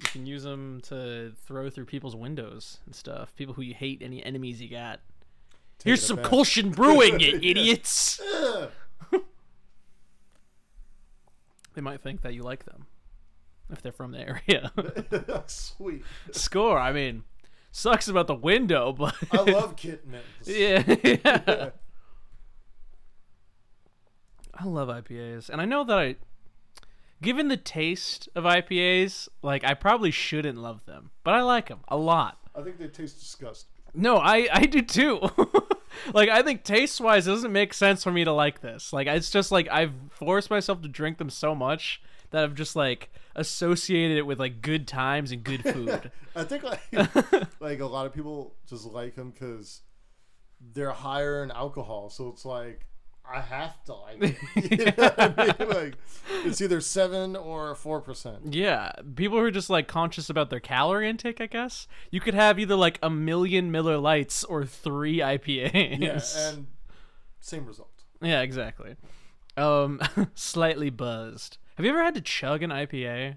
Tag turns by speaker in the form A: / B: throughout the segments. A: You can use them to throw through people's windows and stuff. People who you hate, any enemies you got. Here's
B: it
A: some
B: back.
A: Colshan brewing, you idiots. they might think that you like them if they're from the area.
B: Sweet.
A: Score. I mean, sucks about the window, but
B: I love kit mittens.
A: yeah. I love IPAs, and I know that I, given the taste of IPAs, like I probably shouldn't love them, but I like them a lot.
B: I think they taste disgusting.
A: No, I I do too. like I think taste wise, it doesn't make sense for me to like this. Like it's just like I've forced myself to drink them so much that I've just like associated it with like good times and good food.
B: I think like, like a lot of people just like them because they're higher in alcohol, so it's like I have to like it. You know what I mean? Like it's either seven or four percent.
A: yeah, people who are just like conscious about their calorie intake, I guess you could have either like a million Miller Lights or three IPAs.
B: Yeah, and same result.
A: Yeah, exactly. Um, slightly buzzed. Have you ever had to chug an IPA?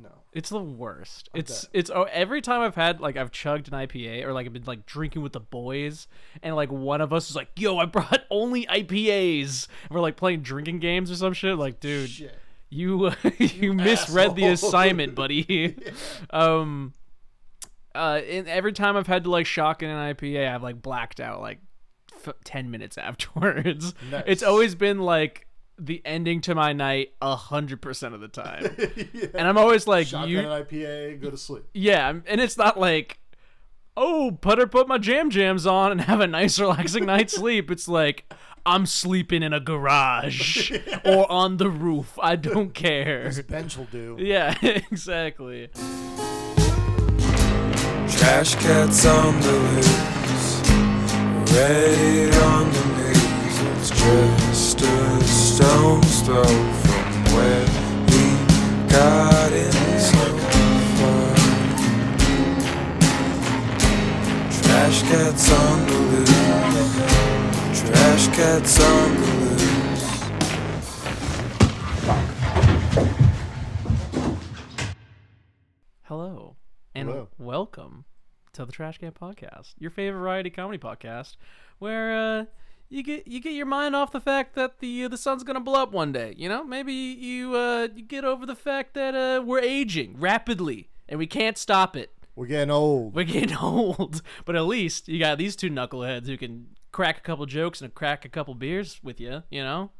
B: No,
A: It's the worst. it's it's oh, every time I've had like I've chugged an IPA or like I've been like drinking with the boys and like one of us is like, "Yo, I brought only IPAs." And we're like playing drinking games or some shit. Like, dude,
B: shit.
A: you uh, you, misread the
B: asshole.
A: assignment, buddy. Um, uh, and every time I've had to like shock in an IPA, I've like blacked out like f- ten minutes afterwards.
B: Nice.
A: It's always been like the ending to my night a hundred percent of the time,
B: yeah.
A: and I'm always like,
B: Shotgun
A: you,
B: an IPA, go to sleep.
A: yeah, I'm- and it's not like, oh, putter put my jam jams on and have a nice relaxing night's sleep. It's like I'm sleeping in a garage or on the roof. I don't care.
B: Bench will do.
A: Yeah, exactly.
C: Trash cats on the loose, raid on the news. It's just a stone's throw from where he got in so far. Trash cats on the loose, trash cats on the loose.
A: Hello and
B: Hello.
A: welcome to the Trash Can Podcast, your favorite variety comedy podcast, where uh, you get you get your mind off the fact that the the sun's gonna blow up one day. You know, maybe you uh, you get over the fact that uh, we're aging rapidly and we can't stop it.
B: We're getting old.
A: We're getting old, but at least you got these two knuckleheads who can crack a couple jokes and crack a couple beers with you. You know,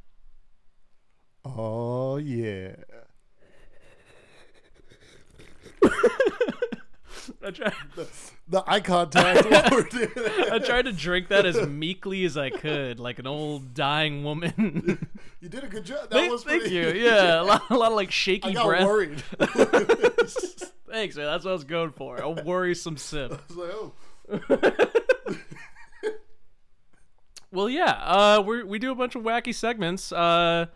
B: Oh yeah.
A: I try,
B: The eye contact while we're doing that.
A: I tried to drink that as meekly as I could, like an old dying woman.
B: You did a good job. That
A: Thank,
B: was
A: thank
B: pretty.
A: you. Yeah, a lot, a lot of like shaky
B: I got
A: breath.
B: worried. It's
A: Thanks, man. That's what I was going for. A worrisome sip.
B: like, oh,
A: Well, yeah. Uh, we we do a bunch of wacky segments. Uh,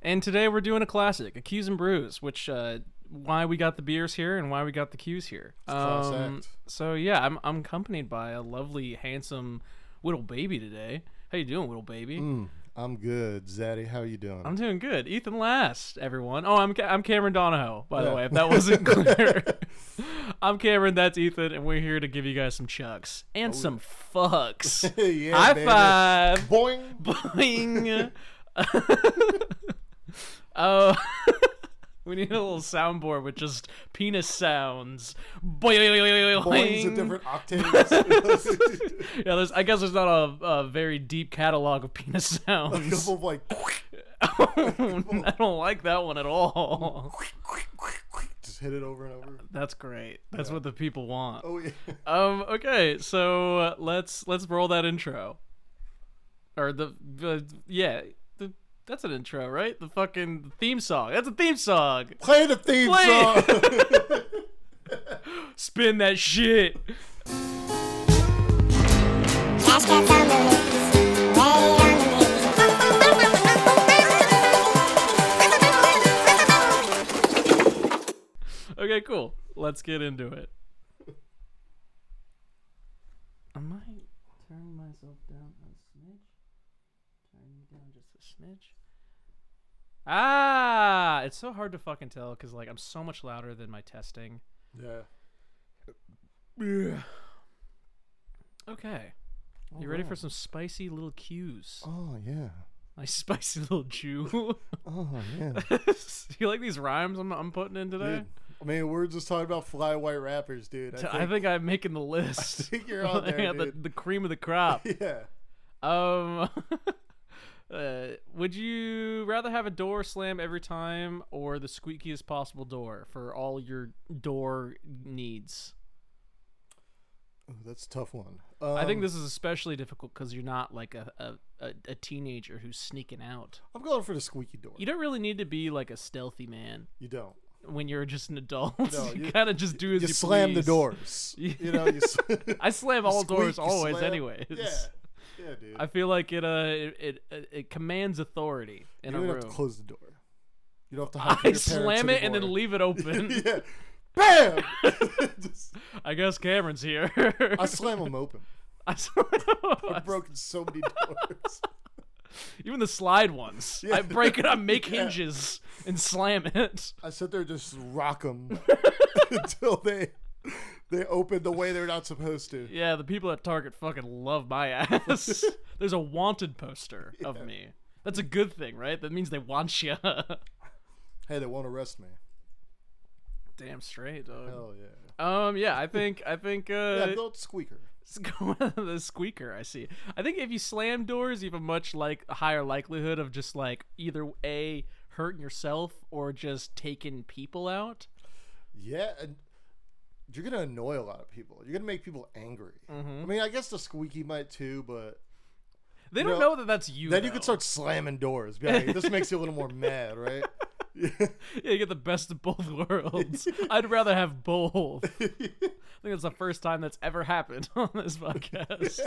A: and today we're doing a classic, a Q's and brews, which uh, why we got the beers here and why we got the Q's here.
B: class
A: Um,
B: act.
A: so yeah, I'm I'm accompanied by a lovely, handsome, little baby today. How you doing, little baby?
B: Mm. I'm good, Zaddy. How you doing?
A: I'm doing good. Ethan last, everyone. Oh, I'm Ca- I'm Cameron Donahoe, by the
B: Yeah.
A: way, if that wasn't clear. I'm Cameron, that's Ethan, and we're here to give you guys some chucks and some fucks.
B: Oh, yeah,
A: High
B: baby.
A: five.
B: Boing.
A: Boing. uh, oh. We need a little soundboard with just penis sounds. Boing.
B: Boing's a different octaves.
A: Yeah, there's, I guess there's not a, a very deep catalog of penis
B: a
A: sounds.
B: couple of like,
A: I don't like that one at all.
B: just hit it over and over.
A: That's great. That's what the people want.
B: Oh yeah.
A: Um. Okay. So uh, let's let's roll that intro. Or the, the yeah. The, that's an intro, right? The fucking theme song. That's a theme song.
B: Play the theme
A: Play it.
B: song.
A: Spin that shit.
D: Trash cats on the loose, raid on the news.
A: Okay. Cool. Let's get into it. I might turn myself down a smidge. Turn me down just a smidge. Ah, it's it's so hard to fucking tell because like I'm so much louder than my testing.
B: Yeah.
A: Okay, you ready for some spicy little cues?
B: Oh yeah.
A: My spicy little Jew.
B: Oh yeah.
A: you like these rhymes I'm, I'm putting in today?
B: Dude, I mean, we're just talking about fly white rappers, dude. I
A: T-
B: think,
A: I think I'm making the list.
B: think you're on there,
A: the,
B: dude.
A: the cream of the crop.
B: yeah.
A: um, uh, would you rather have a door slam every time or the squeakiest possible door for all your door needs?
B: Ooh, that's a tough one.
A: I think
B: Um,
A: this is especially difficult because you're not like a, a, a, a teenager who's sneaking out.
B: I'm going for the squeaky door.
A: You don't really need to be like a stealthy man
B: You don't.
A: when you're just an adult.
B: No,
A: you,
B: you-
A: kind of just do as
B: You
A: you,
B: slam the
A: please.
B: doors. you know. You s-
A: I slam all doors
B: squeak, you
A: always,
B: slam.
A: anyways.
B: Yeah. Yeah, dude.
A: I feel like it uh it it, it- it commands authority in
B: you
A: a
B: don't
A: room.
B: have to close the door. You don't have to hide from
A: I
B: your parents
A: slam it and then
B: anymore.
A: leave it open.
B: yeah. Bam! Just-
A: I guess Cameron's here.
B: I slam them open.
A: I slam-
B: I've broken so many doors.
A: even the slide ones. I
B: Yeah.
A: break it. I make
B: Yeah.
A: hinges and slam it.
B: I sit there and just rock them until they they open the way they're not supposed to.
A: Yeah, the people at Target fucking love my ass. There's a wanted poster of me. That's a good thing, right? That means they want you.
B: Hey, they won't arrest me.
A: Damn straight, dog.
B: Hell yeah.
A: Um, yeah, I think I think uh,
B: yeah, adult squeaker.
A: It's going on the squeaker. I see. I think if you slam doors, you have a much like higher likelihood of just like either a hurting yourself or just taking people out.
B: Yeah, and you're gonna annoy a lot of people. You're gonna make people angry.
A: Mm-hmm.
B: I mean, I guess the squeaky might too, but
A: They don't
B: know,
A: know that that's you.
B: then you
A: though.
B: could start slamming doors. Be like, this makes you a little more mad, right? Yeah.
A: Yeah, you get the best of both worlds. I'd rather have both. I think that's the first time that's ever happened on this podcast.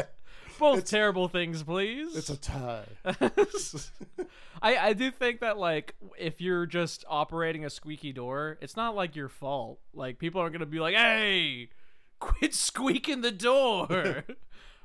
A: Both terrible things, please.
B: It's a tie.
A: I, I do think that like if you're just operating a squeaky door, it's not like your fault. Like people aren't gonna be like, "Hey, quit squeaking the door."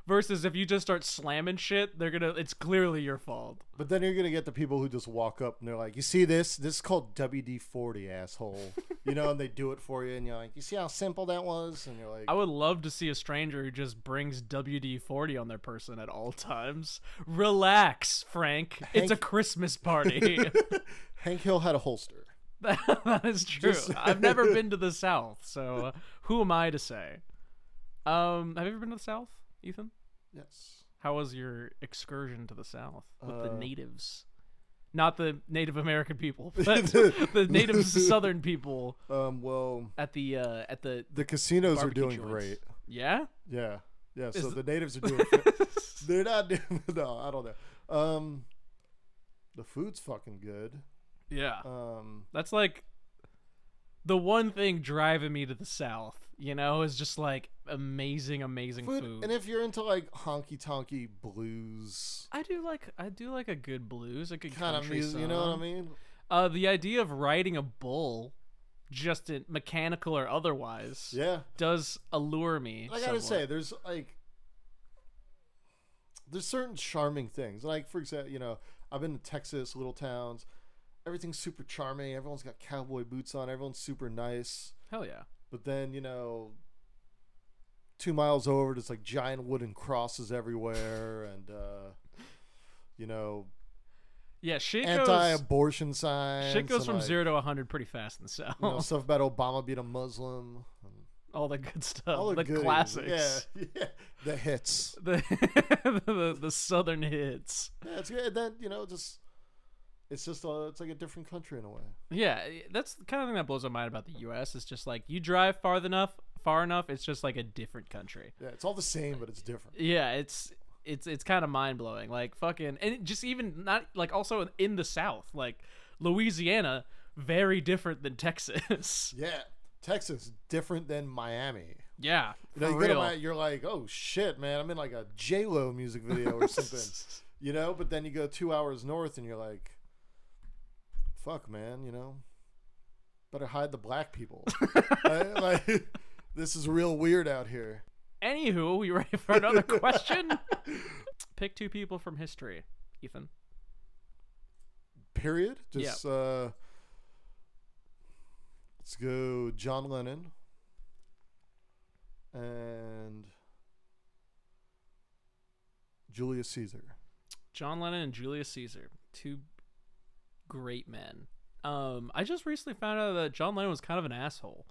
A: Versus if you just start slamming shit, they're gonna. It's clearly your fault.
B: But then you're gonna get the people who just walk up and they're like, "You see this? This is called WD forty, asshole." you know, and they do it for you, and you're like, "You see how simple that was?" And you're like,
A: I would love to see a stranger who just brings WD forty on their person at all times. Relax, Frank. it's a
B: Hank-
A: Christmas party.
B: "Hank Hill had a holster."
A: that is true.
B: Just-
A: I've never been to the South, so uh, who am I to say? Um, have you ever been to the South, Ethan?
B: Yes.
A: How was your excursion to the South with the
B: Uh,
A: natives? Not the Native American people, but the native Southern people
B: Um. Well,
A: at the uh, at the
B: the casinos
A: barbecue
B: are doing
A: joints.
B: great.
A: Yeah,
B: Yeah. Yeah. So
A: Is-
B: the natives are doing. they're not doing. No, I don't know. Um, the food's fucking good.
A: yeah.
B: Um,
A: That's like the one thing driving me to the South. You know, is just like amazing, amazing
B: food,
A: food.
B: and if you're into like honky tonky blues
A: I do like I do like a good blues, like a good
B: kind of
A: country
B: music, you know what I
A: song.
B: mean?
A: Uh, the idea of riding a bull, just in mechanical or otherwise,
B: Yeah.
A: does allure me.
B: I gotta
A: somewhat.
B: say, there's like there's certain charming things. Like for example, you know, I've been to Texas, little towns. Everything's super charming. Everyone's got cowboy boots on. Everyone's super nice.
A: hell yeah.
B: But then you know, two miles over, there's like giant wooden crosses everywhere, and uh, you know,
A: Yeah, shit goes,
B: anti-abortion signs.
A: shit goes
B: and,
A: from
B: like,
A: zero to 100 pretty fast in the South.
B: You know, stuff about Obama being a Muslim. and
A: all the good stuff.
B: all
A: the
B: goodies.
A: classics.
B: Yeah, yeah, the hits.
A: The, the, the Southern hits.
B: Yeah, it's good. And then you know, just it's just a, it's like a different country in a way.
A: Yeah, eh, that's the kind of thing that blows my mind about the U.S. It's just like you drive far enough, far enough, it's just like a different country.
B: Yeah, it's all the same, but it's different.
A: Yeah, it's it's it's kind of mind blowing. Like fucking, and it just even not like also in the South, like Louisiana, very different than Texas.
B: Yeah, Texas different than Miami.
A: yeah,
B: You
A: for
B: know, you go to
A: real.
B: Mi- you're like, oh shit, man, I'm in like a J Lo music video or something. you know, but then you go two hours north, and you're like, fuck, man, you know, better hide the black people. Right? Like, this is real weird out here.
A: Anywho, you ready for another question? Pick two people from history, Ethan.
B: Period. Just uh, John Lennon and Julius Caesar.
A: John Lennon and Julius Caesar, two great men. Um, I just recently found out that John Lennon was kind of an asshole,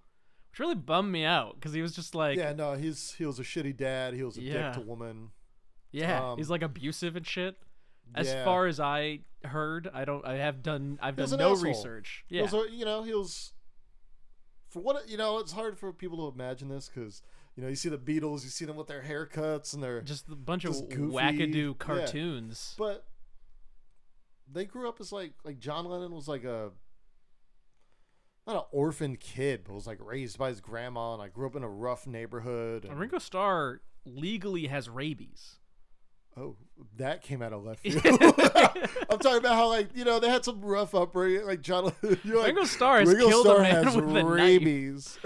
A: which really bummed me out because he was just like,
B: yeah,
A: yeah,
B: no, he's he was a shitty dad. He was a
A: Yeah.
B: dick to women. um,
A: he's like abusive and shit. As
B: Yeah.
A: far as I heard, I don't, I have done, I've
B: He was
A: done
B: an
A: no
B: asshole.
A: research.
B: He
A: Yeah,
B: was a- you know, he was for what you know. It's hard for people to imagine this because you know you see the Beatles, you see them with their haircuts and their
A: just a bunch
B: just
A: of
B: goofy- yeah.
A: wackadoo cartoons.
B: but they grew up as like like John Lennon was like a not an orphan kid, but was like raised by his grandma and like grew up in a rough neighborhood. and-
A: Ringo Starr legally has rabies.
B: oh, that came out of left field. I'm talking about how like you know they had some rough upbringing. Like John, you're like,
A: Ringo Starr has
B: Ringo
A: killed a
B: Starr
A: man
B: has
A: with a knife."
B: rabies.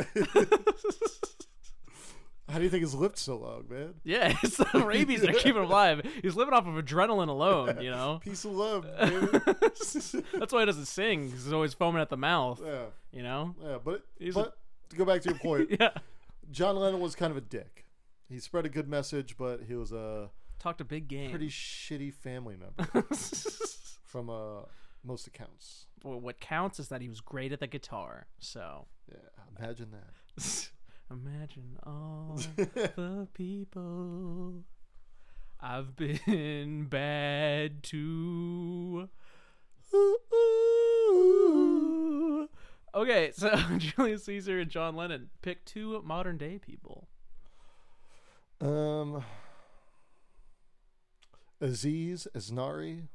B: how do you think he's lived so long, man?
A: Yeah, it's the rabies that keep him alive. He's living off of adrenaline alone, you know.
B: Peace of love, baby.
A: That's why he doesn't sing. 'cause he's always foaming at the mouth.
B: yeah,
A: You know.
B: yeah. But
A: He's a-
B: but to go back to your point,
A: Yeah.
B: John Lennon was kind of a dick. He spread a good message, but he was a
A: Talked a big game.
B: pretty shitty family member from uh, most accounts.
A: well, what counts is that he was great at the guitar. So
B: Yeah, imagine that.
A: imagine all the people I've been bad to. Okay, so Julius Caesar and John Lennon pick two modern day people.
B: Um, Aziz Asnari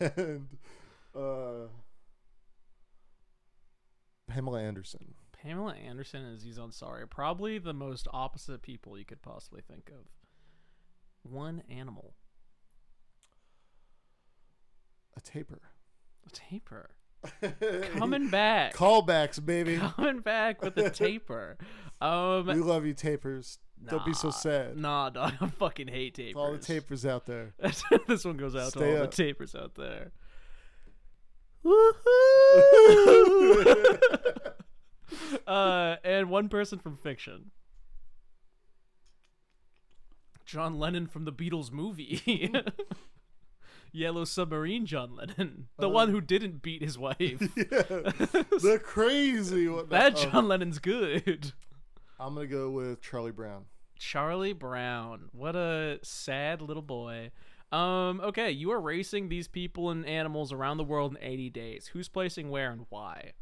B: and uh, Pamela Anderson.
A: Pamela Anderson and Aziz Ansari are probably the most opposite people you could possibly think of. One animal,
B: A taper.
A: a taper, coming back,
B: Callbacks, baby.
A: coming back with a taper.
B: We
A: Um,
B: love you, tapers. Don't be so
A: nah,
B: sad.
A: Nah, dog, I fucking hate tapers.
B: To All the tapers out there.
A: this one goes out
B: Stay
A: to all
B: up.
A: the tapers out there. Woohoo! uh, and one person from fiction. John Lennon from the Beatles movie. Yellow Submarine John Lennon. The one who didn't beat his wife.
B: the crazy one.
A: That
B: Oh,
A: John Lennon's good.
B: I'm gonna go with Charlie Brown.
A: Charlie Brown. What a sad little boy. Um, okay, you are racing these people and animals around the world in 80 days. Who's placing where and why?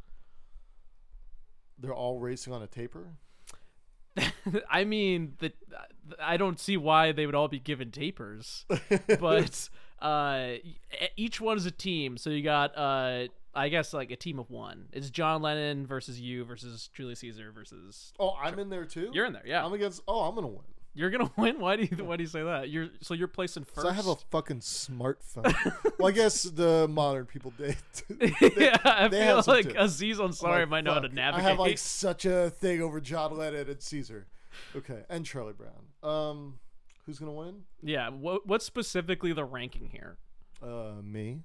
B: They're all racing on a taper.
A: I mean, the, I don't see why they would all be given tapers, but uh, e- each one is a team. So you got, uh, I guess, like a team of one. It's John Lennon versus you versus Julius Caesar versus.
B: Oh, I'm in there too.
A: You're in there, yeah.
B: I'm against. Oh, I'm gonna win.
A: You're gonna win. Why do you? Why do you say that? You're so you're placing first.
B: So I have a fucking smartphone. well, I guess the modern people did. I'm
A: yeah, I
B: they
A: feel
B: have some
A: like
B: too.
A: Aziz Ansari
B: like,
A: might know how to
B: fuck,
A: navigate.
B: I have like such a thing over John Lennon and Caesar. Okay, and Charlie Brown. Um, who's gonna win?
A: yeah, what, what's specifically the ranking here?
B: Uh, me.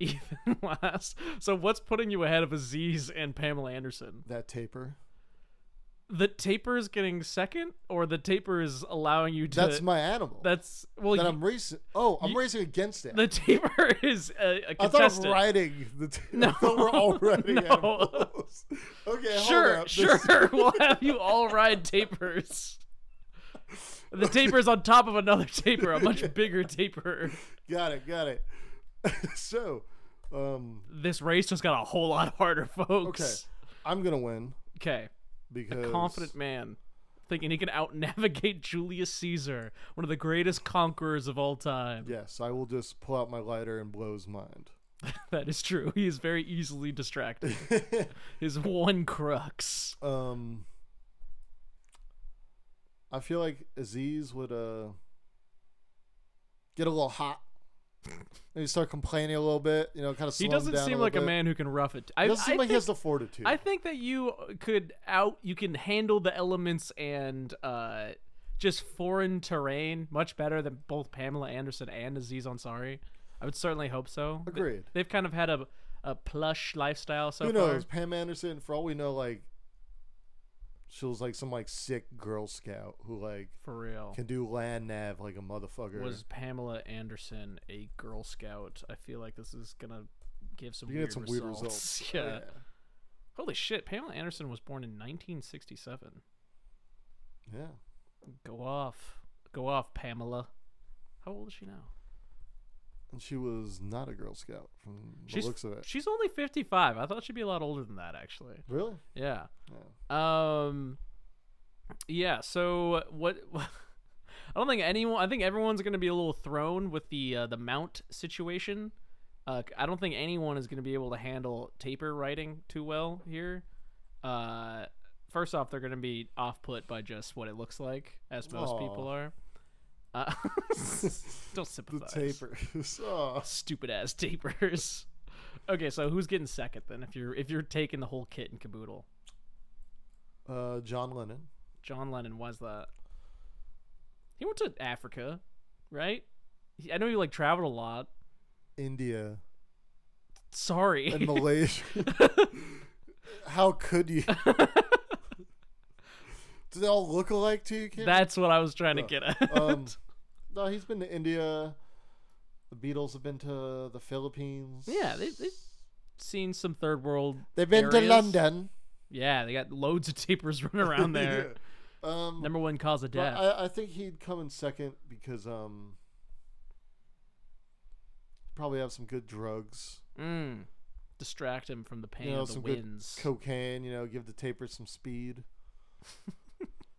A: Even last. So what's putting you ahead of Aziz and Pamela Anderson?
B: That taper.
A: The taper is getting second, or the taper is allowing you to.
B: That's my animal.
A: That's well.
B: that
A: you-
B: I'm racing. Oh, I'm
A: you-
B: racing against it.
A: the taper is a, a
B: I thought of
A: contestant.
B: riding the t-
A: No.
B: I thought we're all riding
A: No.
B: animals. Okay, hold
A: Sure,
B: up. This-
A: sure. we'll have you all ride tapers. The taper's on top of another taper, a much bigger taper.
B: Got it, got it. so, um,
A: This race just got a whole lot harder,
B: okay,
A: folks.
B: I'm gonna win
A: Okay.
B: because
A: A confident man thinking he can out navigate Julius Caesar, one of the greatest conquerors of all time.
B: Yes, I will just pull out my lighter and blow his mind.
A: That is true. He is very easily distracted. His one crux.
B: Um, I feel like Aziz would uh get a little hot. Maybe start complaining a little bit. You know, kind of.
A: He doesn't
B: down
A: seem
B: little
A: like a
B: bit.
A: man who can rough it. I,
B: He doesn't
A: I
B: seem like
A: think,
B: he has the fortitude.
A: I think that you could out you can handle the elements and uh just foreign terrain much better than both Pamela Anderson and Aziz Ansari. I would certainly hope so. They-
B: Agreed.
A: They've kind of had a a plush lifestyle so
B: Who
A: far.
B: knows? Pam Anderson, for all we know, like she was like some like sick Girl Scout who like
A: For real.
B: can do land nav like a motherfucker.
A: Oh. Was Pamela Anderson a Girl Scout? I feel like this is gonna give some,
B: you can
A: weird,
B: get some weird
A: results.
B: results.
A: yeah. Holy shit! Pamela Anderson was born in 1967.
B: yeah, yeah.
A: Go off, go off, Pamela. How old is she now?
B: And she was not a Girl Scout from the
A: She's
B: looks of it.
A: she's only 55. I thought she'd be a lot older than that, actually.
B: Really?
A: Yeah.
B: Yeah.
A: Um. Yeah. So what? I don't think anyone. I think everyone's going to be a little thrown with the uh, the mount situation. Uh, I don't think anyone is going to be able to handle taper writing too well here. Uh, first off, they're going to be off put by just what it looks like, as most
B: Aw.
A: people are. Uh, don't
B: The
A: sympathize.
B: tapers. oh.
A: Stupid ass tapers. okay, so who's getting second then? If you're if you're taking the whole kit and caboodle,
B: uh, John Lennon.
A: John Lennon was that. He went to Africa, right? He- I know he like traveled a lot.
B: India
A: Sorry.
B: and Malaysia. How could you? Do they all look alike to you? Cameron?
A: That's what I was trying to get at.
B: um, no, he's been to India. The Beatles have been to the Philippines.
A: yeah, they, they've seen some third world.
B: they've been to
A: areas.
B: London.
A: Yeah, they got loads of tapers running around there.
B: Yeah. Um,
A: Number one cause of
B: but
A: death.
B: I, I think he'd come in second because um, probably have some good drugs.
A: mm. Distract him from the pain
B: you know,
A: of the
B: some
A: winds.
B: good cocaine. You know, give the taper some speed.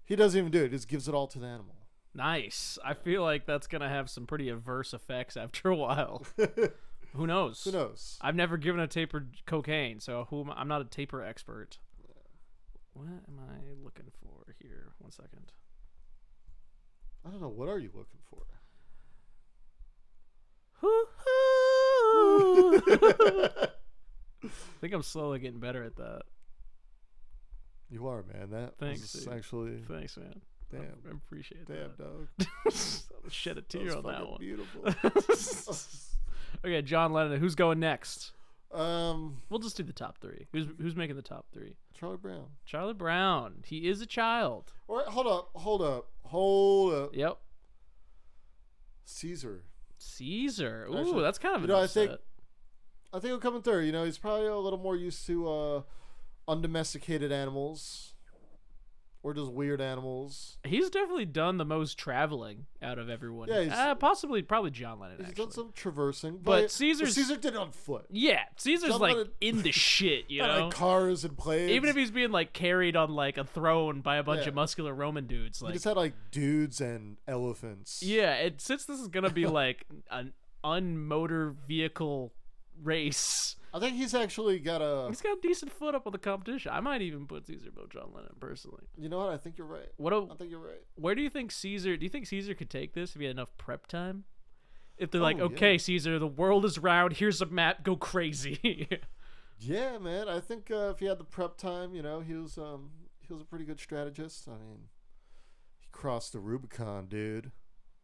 B: he doesn't even do it; just gives it all to the animal.
A: nice. I feel like that's gonna have some pretty adverse effects after a while. Who knows?
B: Who knows?
A: I've never given a taper cocaine, so who am I? am not a taper expert. What am I looking for here? One second.
B: I don't know. What are you looking for?
A: I think I'm slowly getting better at that.
B: You are man. That
A: Thanks,
B: was
A: dude.
B: actually
A: Thanks, man.
B: damn,
A: I appreciate
B: damn dog.
A: that. Shed a tear
B: was
A: on that
B: fucking
A: one.
B: Beautiful.
A: okay, John Lennon. Who's going next?
B: um,
A: We'll just do the top three. Who's who's making the top three?
B: Charlie Brown.
A: Charlie Brown. He is a child.
B: All right, hold up, hold up, hold up.
A: Yep.
B: Caesar.
A: Caesar. Ooh,
B: Actually,
A: that's kind of
B: you
A: an
B: know, I
A: upset.
B: think- I think he'll come in third. You know, he's probably a little more used to uh, undomesticated animals or just weird animals.
A: He's definitely done the most traveling out of everyone.
B: Yeah, he's-
A: uh, possibly probably John Lennon.
B: He's
A: actually.
B: done some traversing, but,
A: But Caesar's-
B: Caesar did it on foot.
A: yeah, Caesar's
B: John
A: like
B: Lennon-
A: in the shit, you
B: Not
A: know.
B: like cars and planes.
A: Even if he's being like carried on like a throne by a bunch
B: Yeah.
A: of muscular Roman dudes,
B: he
A: like
B: just had like dudes and elephants.
A: yeah. And since this is gonna be like an unmotor vehicle race,
B: I think he's actually got a.
A: he's got a decent foot up on the competition. I might even put Caesar above John Lennon personally.
B: You know what? I think you're right.
A: What a,
B: I think you're right.
A: where do you think Caesar? Do you think Caesar could take this if he had enough prep time? If they're like,
B: Oh, yeah.
A: okay, Caesar, the world is round. Here's a map. Go crazy.
B: Yeah, man. I think uh, if he had the prep time, you know, he was um he was a pretty good strategist. I mean, he crossed the Rubicon, dude.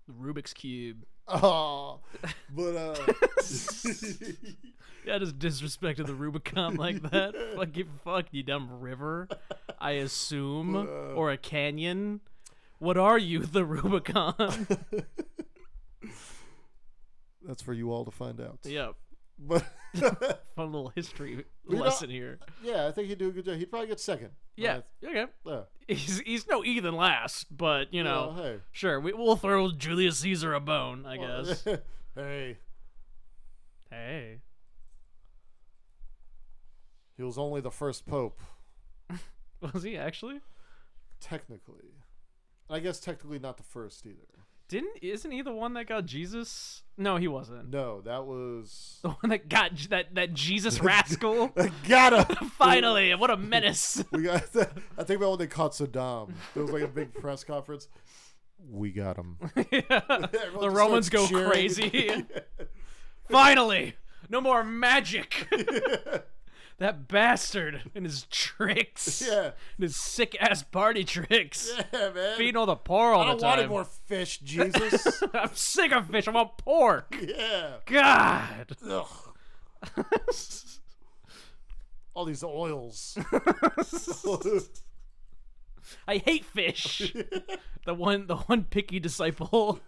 A: the Rubik's cube.
B: Oh, but uh,
A: That is disrespect to the Rubicon like that. fuck you, fuck you, dumb river. I assume,
B: Uh.
A: or a canyon. What are you, the Rubicon?
B: that's for you all to find out.
A: yep.
B: But
A: Fun little history
B: know-
A: lesson here.
B: yeah, I think he'd do a good job. He'd probably get second.
A: Yeah. Okay.
B: Uh, yeah.
A: He's he's no Ethan last, but you know,
B: Well, hey.
A: sure. We, we'll throw Julius Caesar a bone, I guess.
B: hey,
A: Hey.
B: he was only the first pope,
A: Was he actually?
B: technically. I guess technically not the first either.
A: Didn't isn't he the one that got Jesus? No, he wasn't.
B: No, that was
A: The one that got J- that that Jesus rascal.
B: gotta
A: Finally, what a menace.
B: We got. I think about when they caught Saddam. There was like a big press conference. We got him.
A: The Romans go crazy. Finally, no more magic. that bastard and his tricks.
B: Yeah,
A: And his sick ass party tricks.
B: yeah, man.
A: Feeding all the poor all
B: I
A: the
B: wanted
A: time.
B: more fish, Jesus.
A: I'm sick of fish. I want pork.
B: yeah.
A: God.
B: Ugh. all these oils.
A: I hate fish. the one, the one picky disciple.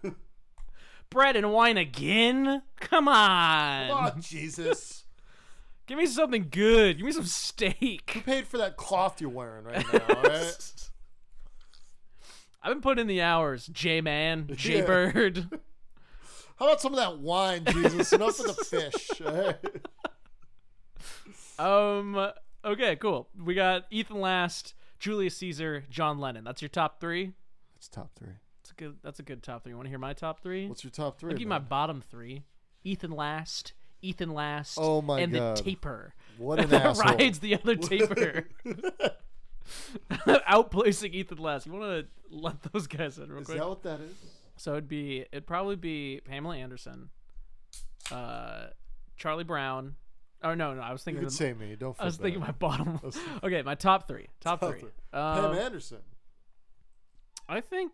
A: Bread and wine again? Come on.
B: oh Jesus!
A: Give me something good. Give me some steak.
B: Paid for that cloth you're wearing right now. All right?
A: I've been putting in the hours, J Man, J Bird.
B: How about some of that wine, Jesus? Enough of the fish. all right?
A: Um. Okay. Cool. We got Ethan Last, Julius Caesar, John Lennon. That's your top three.
B: It's top three.
A: That's a good. That's a good top three. You want to hear my top three?
B: What's your top three?
A: I'll give you my
B: man?
A: bottom three. Ethan Last, Ethan Last.
B: Oh my
A: And
B: God.
A: the taper
B: what an
A: that
B: asshole.
A: rides the other taper. Outplacing Ethan Last. You want to let those guys in real
B: Is
A: quick?
B: that what that is?
A: So it'd be it'd probably be Pamela Anderson, uh, Charlie Brown. Oh no, no, I was
B: You
A: thinking.
B: could
A: of-
B: say me. Don't. Feel
A: I was
B: bad.
A: thinking my bottom. okay, my top three. Top,
B: Top
A: three.
B: three.
A: Um,
B: Pam Anderson.
A: I think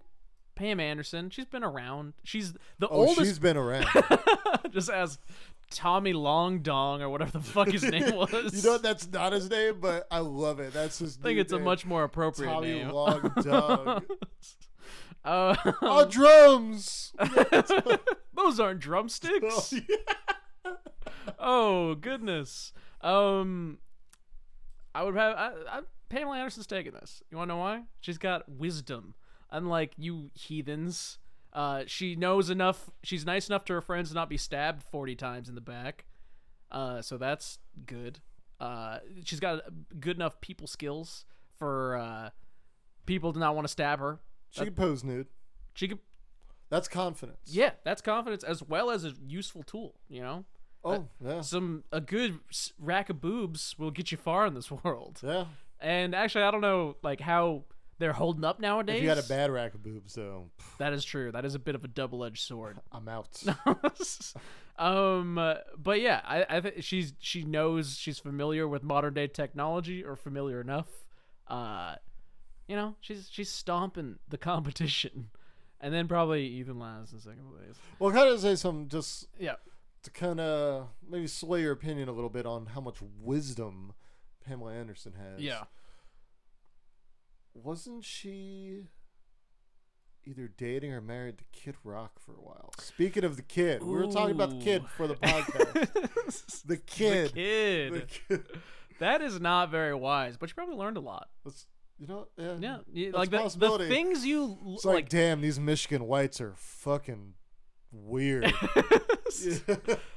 A: Pam Anderson. She's been around. She's the
B: Oh, she's
A: oldest.
B: been around.
A: Just as Tommy Long Dong or whatever the fuck his name was.
B: you know that's not his name, but I love it. That's his.
A: I think it's a much more appropriate
B: Tommy
A: name.
B: Long Dog.
A: Uh,
B: oh, drums.
A: those aren't drumsticks.
B: Oh,
A: Oh goodness. Um, I would have I, I, Pamela Anderson's taking this. You want to know why? She's got wisdom, unlike you heathens. Uh, she knows enough. She's nice enough to her friends to not be stabbed forty times in the back. Uh, so that's good. Uh, she's got good enough people skills for uh, people to not want to stab her.
B: She can pose nude.
A: She could,
B: That's confidence.
A: yeah, that's confidence as well as a useful tool. You know,
B: Oh, yeah.
A: some a good s- rack of boobs will get you far in this world.
B: Yeah.
A: And actually, I don't know like how they're holding up nowadays.
B: If you had a bad rack of boobs, though,
A: that is true. That is a bit of a double-edged sword.
B: I'm out.
A: um, uh, but yeah, I, I think she's she knows she's familiar with modern day technology or familiar enough. Uh, you know, she's she's stomping the competition, and then probably Ethan Lyons in second place.
B: well, can I say something just
A: Yeah.
B: to kind of maybe sway your opinion a little bit on how much wisdom Pamela Anderson has?
A: Yeah.
B: Wasn't she either dating or married to Kid Rock for a while? Speaking of the kid, we were talking about the kid
A: Ooh.
B: for the podcast. the kid.
A: Kid.
B: The kid.
A: That is not very wise, but you probably learned a lot.
B: That's, you know, yeah.
A: Yeah, you-
B: That's
A: like
B: a
A: the, the
B: possibility.
A: things you l-
B: It's like,
A: like.
B: damn, these Michigan whites are fucking weird.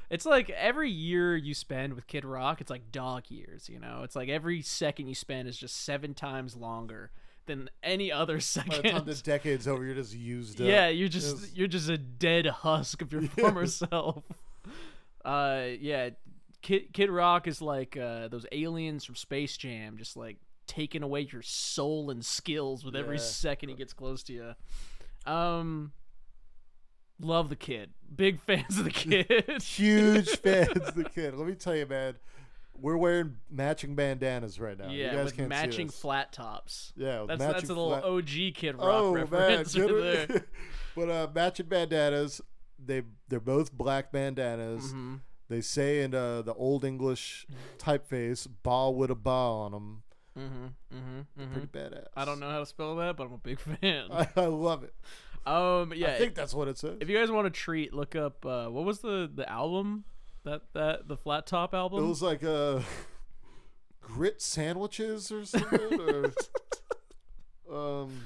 A: It's like every year you spend with Kid Rock, it's like dog years. You know, it's like every second you spend is just seven times longer than any other
B: By the time this
A: second.
B: decade's over, you're just used up.
A: Yeah, you're just
B: Yes.
A: you're just a dead husk of your former self. Uh, yeah, Kid Kid Rock is like uh, those aliens from Space Jam, just like taking away your soul and skills with every
B: Yeah.
A: second he gets close to you. Um, love the kid. Big fans of the kid.
B: Huge fans of the kid. Let me tell you, man, we're wearing matching bandanas right now. you
A: yeah,
B: guys
A: with
B: can't
A: matching
B: see us.
A: flat tops.
B: Yeah, with
A: that's
B: matching
A: that's a little
B: flat-
A: OG Kid Rock
B: Oh man,
A: reference right
B: good.
A: there.
B: one. but uh, matching bandanas. They they're both black bandanas.
A: Mm-hmm.
B: They say in uh, the old English typeface, "ball with a ball" on them. Mm-hmm, mm-hmm, Pretty badass.
A: I don't know how to spell that, but I'm a big fan.
B: I, I love it.
A: um, yeah,
B: I think that's what it says.
A: If you guys want a treat, look up uh, what was the the album that that the flat top
B: It
A: album.
B: was like uh, grit sandwiches or something. or, um,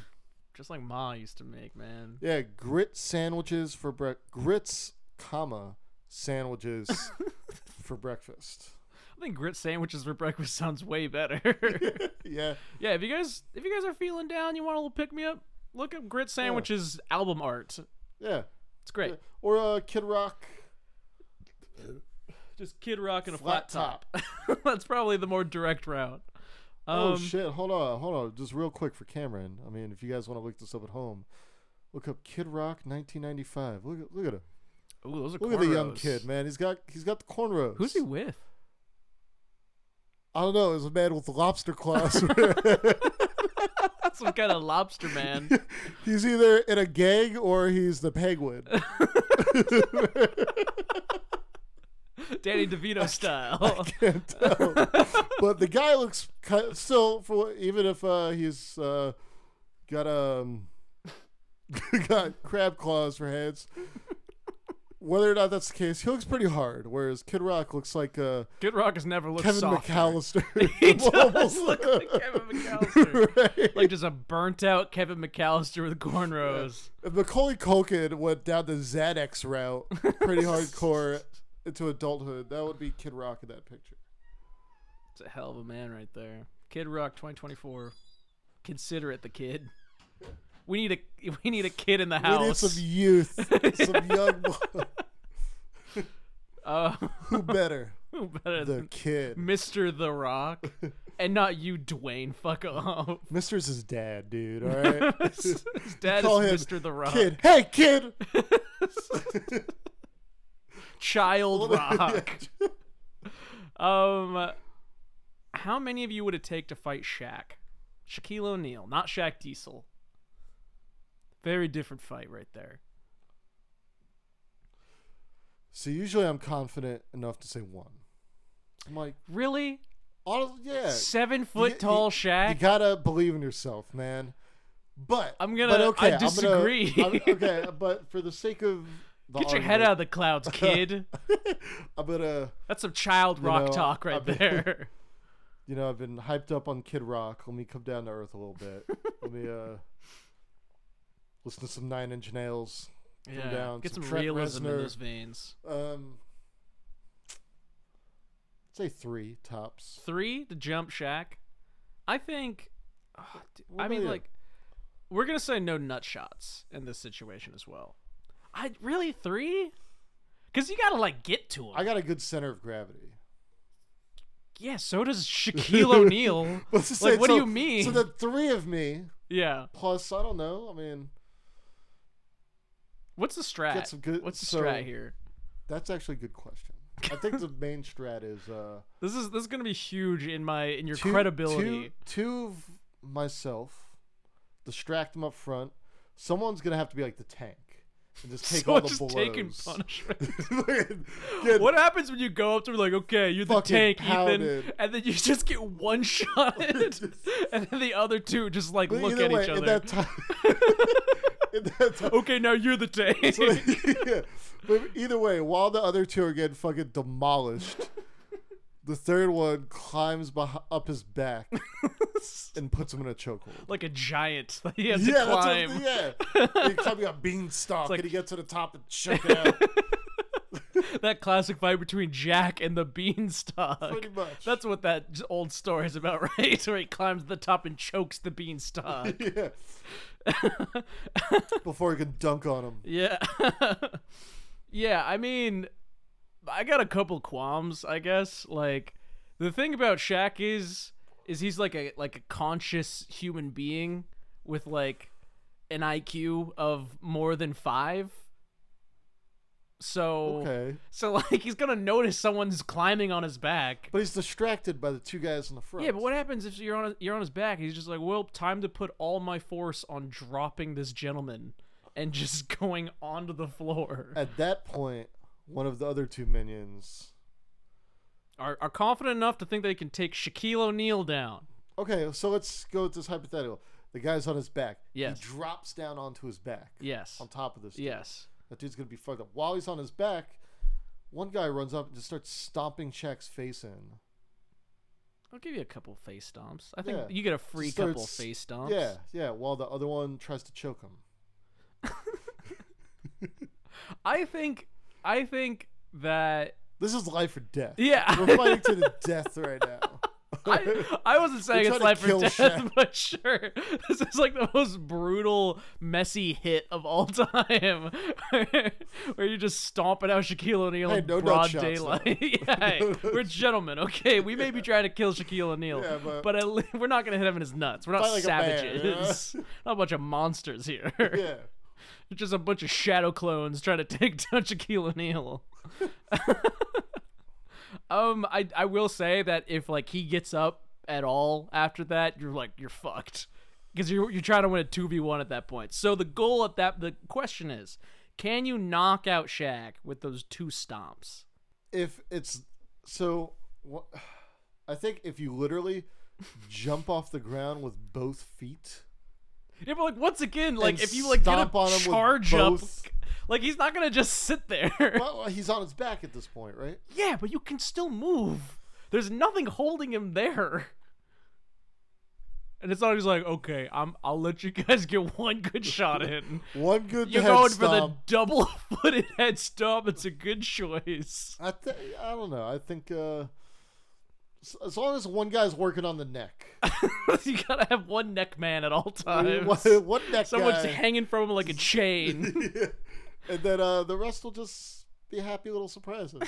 A: Just like Ma used to make, man.
B: yeah, grit sandwiches for bre- grits, comma sandwiches for breakfast.
A: I think grit sandwiches for breakfast sounds way better.
B: Yeah,
A: yeah, if you guys if you guys are feeling down, you want a little pick me up, look up grit sandwiches album art.
B: yeah.
A: It's great.
B: Or uh, Kid Rock
A: Just Kid Rock and a
B: flat
A: flat,
B: top.
A: top. That's probably the more direct route.
B: oh
A: Um,
B: shit! Hold on, hold on. Just real quick for Cameron. I mean, if you guys want to look this up at home, look up Kid Rock 1995. Look at look at him.
A: Ooh, those are
B: Look at the young
A: cornrows.
B: kid, man. He's got he's got the cornrows.
A: Who's he with?
B: I don't know. It's a man with lobster claws.
A: Some kind of lobster man.
B: He's either in a gang or he's the penguin.
A: Danny DeVito style.
B: um, but the guy looks kind still for what- even if uh, he's uh, got um got crab claws for hands. Whether or not that's the case, he looks pretty hard. Whereas Kid Rock looks like uh,
A: Kid Rock has never looked
B: Kevin
A: soft.
B: McAllister.
A: He does look like Kevin McAllister. Like just a burnt out Kevin McAllister with cornrows.
B: If Macaulay Culkin went down the Xanax route, pretty hardcore into adulthood, that would be Kid Rock in that picture.
A: It's a hell of a man right there. Kid Rock 2024. Consider it the kid. We need a we need a kid in the
B: We need
A: house.
B: some youth, some young blood.
A: Uh,
B: Who better?
A: who better
B: The
A: than
B: kid.
A: Mr. The Rock, and not you, Dwayne. Fuck off.
B: Mister's his dad, dude. All right.
A: His dad
B: Call him
A: is Mr. The Rock.
B: Kid, hey kid.
A: Child Rock. um, how many of you would it take to fight Shaq? Shaquille O'Neal, not Shaq Diesel. Very different fight right there.
B: so usually I'm confident enough to say one. I'm like,
A: Really?
B: honestly, yeah.
A: Seven foot
B: You-
A: tall
B: you- You
A: Shaq?
B: gotta believe in yourself, man. But
A: I'm gonna-
B: But okay,
A: I
B: I'm gonna-
A: disagree.
B: I'm- okay, but for the sake of the
A: Get your head
B: argument,
A: out of the clouds, kid.
B: I'm gonna.
A: That's some child rock
B: know,
A: talk right
B: I've been-
A: there.
B: You know, I've been hyped up on Kid Rock. Let me come down to earth a little bit. Let me uh listen to some Nine Inch Nails.
A: yeah.
B: down,
A: Get
B: some
A: some
B: Trent
A: realism in
B: Reznor.
A: those veins.
B: Um, say three tops.
A: Three to jump Shaq. I think. ah, d-
B: What
A: I
B: about
A: mean,
B: you?
A: like, we're gonna say no nut shots in this situation as well. I really three, because you gotta like get to him.
B: I got a good center of gravity.
A: yeah, so does Shaquille O'Neal.
B: Let's just
A: Like,
B: say-
A: what do you
B: so-
A: mean?
B: So the three of me
A: yeah.
B: plus I don't know. I mean,
A: What's the strat?
B: Get some good-
A: What's the
B: so-
A: strat here?
B: that's actually a good question. I think the main strat is uh
A: This is this is gonna be huge in my in your
B: two-
A: credibility.
B: Two, two of myself, distract them up front. Someone's gonna have to be like the tank and just take
A: so
B: all
A: it's
B: the
A: just
B: blows.
A: taking punishment.
B: Get-
A: What happens when you go up to her like, okay, you're the
B: Fucking
A: tank, Ethan,
B: pounded.
A: and then you just get one shot, and then the other two just like
B: But
A: look
B: either
A: at
B: way,
A: each
B: in
A: other.
B: that time, in that time,
A: okay, now you're the tank.
B: yeah. But either way, while the other two are getting fucking demolished, the third one climbs beh- up his back and puts him in a chokehold.
A: like a giant that he has
B: yeah,
A: to climb.
B: that's what, yeah. He's climbing a beanstalk
A: like-
B: and he gets to the top and shook it out.
A: That classic fight between Jack and the beanstalk.
B: Pretty much.
A: That's what that j- old story is about, right? Where he climbs to the top and chokes the beanstalk.
B: yeah. Before he can dunk on him.
A: Yeah. yeah, I mean, I got a couple qualms, I guess. Like the thing about Shaq is is he's like a like a conscious human being with like an IQ of more than 5. So
B: Okay.
A: so like he's going to notice someone's climbing on his back.
B: But he's distracted by the two guys in the front.
A: yeah, but what happens if you're on you're on his back? He's just like, well, time to put all my force on dropping this gentleman and just going onto the floor.
B: At that point, one of the other two minions.
A: are, are confident enough to think they can take Shaquille O'Neal down.
B: Okay, so let's go with this hypothetical. The guy's on his back.
A: Yes.
B: He drops down onto his back.
A: Yes.
B: On top of this. dude.
A: Yes.
B: That dude's gonna be fucked up. While he's on his back, one guy runs up and just starts stomping Shaq's face in.
A: I'll give you a couple face stomps. I think
B: Yeah.
A: you get a free
B: Starts-
A: couple face stomps.
B: Yeah, yeah. While the other one tries to choke him.
A: I think I think that
B: This is life or death.
A: Yeah.
B: We're fighting to the death right now.
A: I, I wasn't saying
B: They're
A: it's
B: trying
A: life
B: to
A: or
B: kill
A: death,
B: Shaq.
A: but sure. This is like the most brutal, messy hit of all time. where, you're just stomping out Shaquille O'Neal
B: Hey,
A: in
B: no
A: broad
B: nut shots,
A: daylight. yeah, hey, we're gentlemen, okay? We may be trying to kill Shaquille O'Neal,
B: Yeah,
A: but,
B: but-
A: at le- we're not going to hit him in his nuts. We're not
B: Fight like a man,
A: savages. not a bunch of monsters here.
B: Yeah.
A: just a bunch of shadow clones trying to take down Shaquille O'Neal. um, I I will say that if like he gets up at all after that, you're like you're fucked because you're you're trying to win a two v one at that point. So the goal at that the question is, can you knock out Shaq with those two stomps?
B: if it's so, what, I think if you literally jump off the ground with both feet,
A: Yeah, but like once again, like
B: And
A: if you like get
B: stomp on
A: a
B: him with
A: charge up,
B: both.
A: like he's not gonna just sit there.
B: well, he's on his back at this point, right?
A: yeah, but you can still move. There's nothing holding him there. And it's not just like, okay, I'm I'll let you guys get one good shot in.
B: One good
A: You're
B: head
A: going for the
B: stomp.
A: double footed head stomp. It's a good choice.
B: I th- I don't know. I think uh, s- as long as one guy's working on the neck,
A: you gotta have one neck man at all times.
B: one, one neck
A: Someone's
B: guy,
A: hanging from him like a chain.
B: and then uh, the rest will just be happy little surprises.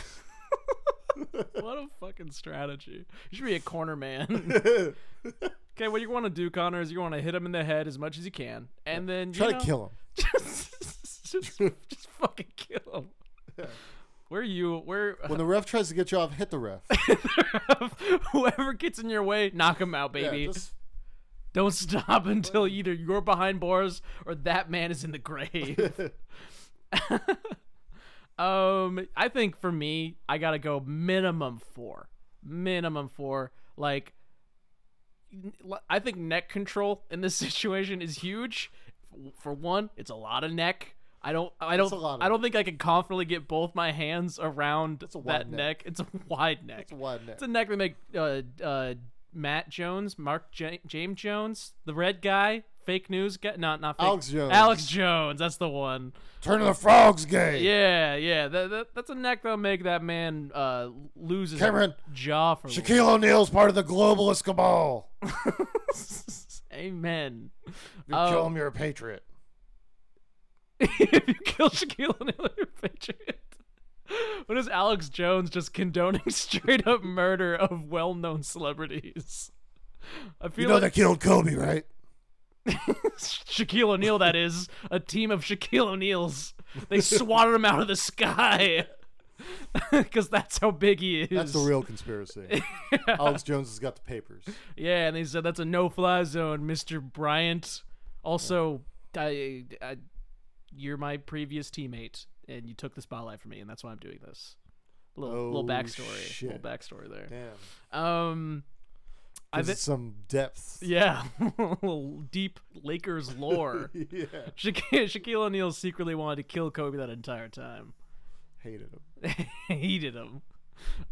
A: what a fucking strategy. You should be a corner man. Okay, what you want to do, Connor, is you want to hit him in the head as much as you can, and then you
B: Try
A: know,
B: to kill him.
A: Just, just, just fucking kill him. Where you? Where
B: When the ref tries to get you off, hit the ref.
A: whoever gets in your way, knock him out,
B: Yeah,
A: baby.
B: just-
A: Don't stop until either you're behind bars or that man is in the grave. um, I think for me, I gotta go minimum four. Minimum four. Like, n- I think neck control in this situation is huge. For one, it's a lot of neck. I don't. I don't.
B: a lot of
A: I don't think I can confidently get both my hands around
B: a wide
A: that neck.
B: neck.
A: It's a wide neck.
B: a wide neck.
A: It's a neck they make uh, uh, Matt Jones, Mark J- James Jones, the red guy, fake news guy. Not not fake.
B: Alex Jones.
A: Alex Jones. That's the one.
B: Turn to the frogs game.
A: Yeah, yeah. That, that, that's a neck that'll make that man uh, lose his
B: Cameron.
A: jaw for. a little-
B: Shaquille O'Neal's part of the globalist cabal. If
A: Amen.
B: you
A: Oh.
B: kill him, you're a patriot.
A: if you kill Shaquille O'Neal, you're a patriot. What is Alex Jones just condoning straight up murder of well known celebrities? I feel
B: You know
A: like
B: they killed Kobe, right?
A: Shaquille O'Neal, that is. A team of Shaquille O'Neals. They swatted him out of the sky. Because that's how big he is.
B: That's the real conspiracy. Alex Jones has got the papers.
A: Yeah, and they said that's a no fly zone, Mr. Bryant. Also, I, I, you're my previous teammate, and you took the spotlight from me, and that's why I'm doing this. Little, little
B: Oh,
A: backstory. Little
B: shit.
A: backstory there.
B: Damn.
A: Um, I
B: Gives
A: thi-
B: it some depth.
A: yeah, little deep Lakers lore.
B: yeah.
A: Shaquille, Shaquille O'Neal secretly wanted to kill Kobe that entire time.
B: Hated him.
A: hated him.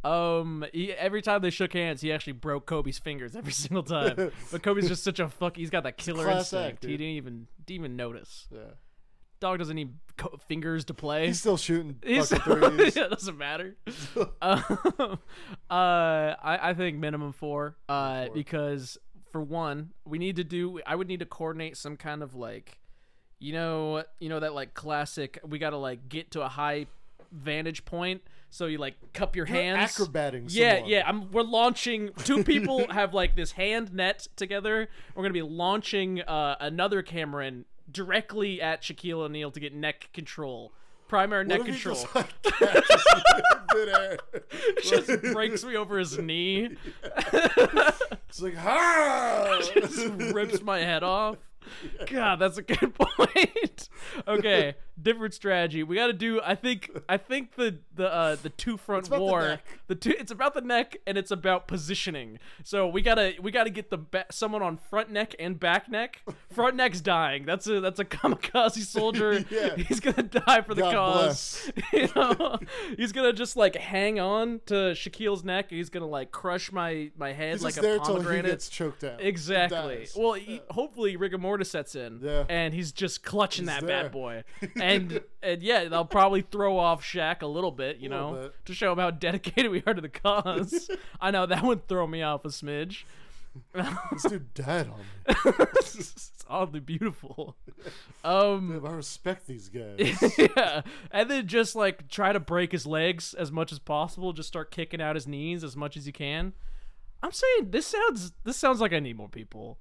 A: Um, he, every time they shook hands, he actually broke Kobe's fingers every single time. but Kobe's just such a fuck. He's got that killer
B: class
A: instinct.
B: act,
A: he
B: dude.
A: didn't even didn't even notice.
B: Yeah.
A: Dog doesn't need co- fingers to play.
B: He's still shooting
A: He's-
B: fucking threes.
A: yeah, it doesn't matter. um, uh, I, I think minimum four, uh, because for one, we need to do. I would need to coordinate some kind of like, you know, you know that like classic. We gotta like get to a high vantage point, so you like cup your hands.
B: acrobating
A: Yeah,
B: someone.
A: yeah. I'm, we're launching. Two people have like this hand net together. We're gonna be launching uh, another Cameron directly at Shaquille O'Neal to get neck control. Primary neck
B: What if he
A: control.
B: just, like, catches you in midair?
A: just breaks me over his knee,
B: It's like, "Ah!" ha!
A: just rips my head off. God, that's a good point. okay, different strategy. We got to do. I think. I think the the uh, the two front
B: about the
A: war.
B: neck.
A: the two. It's about the neck and it's about positioning. So we gotta we gotta get the ba- someone on front neck and back neck. Front neck's dying. That's a that's a kamikaze soldier.
B: Yeah.
A: He's gonna die for the
B: God
A: cause.
B: bless.
A: you know, he's gonna just like hang on to Shaquille's neck, and he's gonna like crush my my head
B: He's
A: like
B: just
A: a
B: there till he
A: pomegranate.
B: gets choked out. He
A: exactly.
B: dies.
A: Well, he, hopefully rigor mortis sets in,
B: Yeah.
A: and he's just clutching that
B: there.
A: bad boy, and and yeah, they'll probably throw off Shaq a little bit, you
B: Little
A: know,
B: bit.
A: to show him how dedicated we are to the cause. I know that would throw me off a smidge.
B: This dude died on me.
A: it's oddly beautiful. Um,
B: Damn, I respect these guys.
A: yeah, and then just like try to break his legs as much as possible. Just start kicking out his knees as much as you can. I'm saying this sounds this sounds like I need more people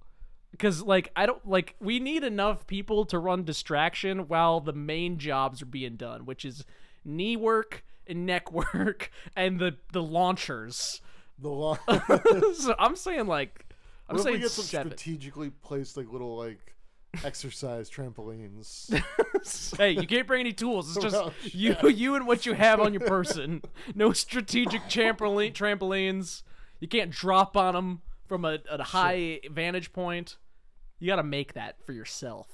A: because like I don't like we need enough people to run distraction while the main jobs are being done, which is knee work and neck work and the the launchers.
B: The long.
A: so I'm saying like I'm
B: What if
A: saying
B: we get some
A: seven.
B: strategically placed like little like exercise trampolines.
A: hey, you can't bring any tools. It's just
B: Well,
A: you, you and what you have on your person. No strategic trampoline trampolines. You can't drop on them from a, a high vantage point. You got to make that for yourself.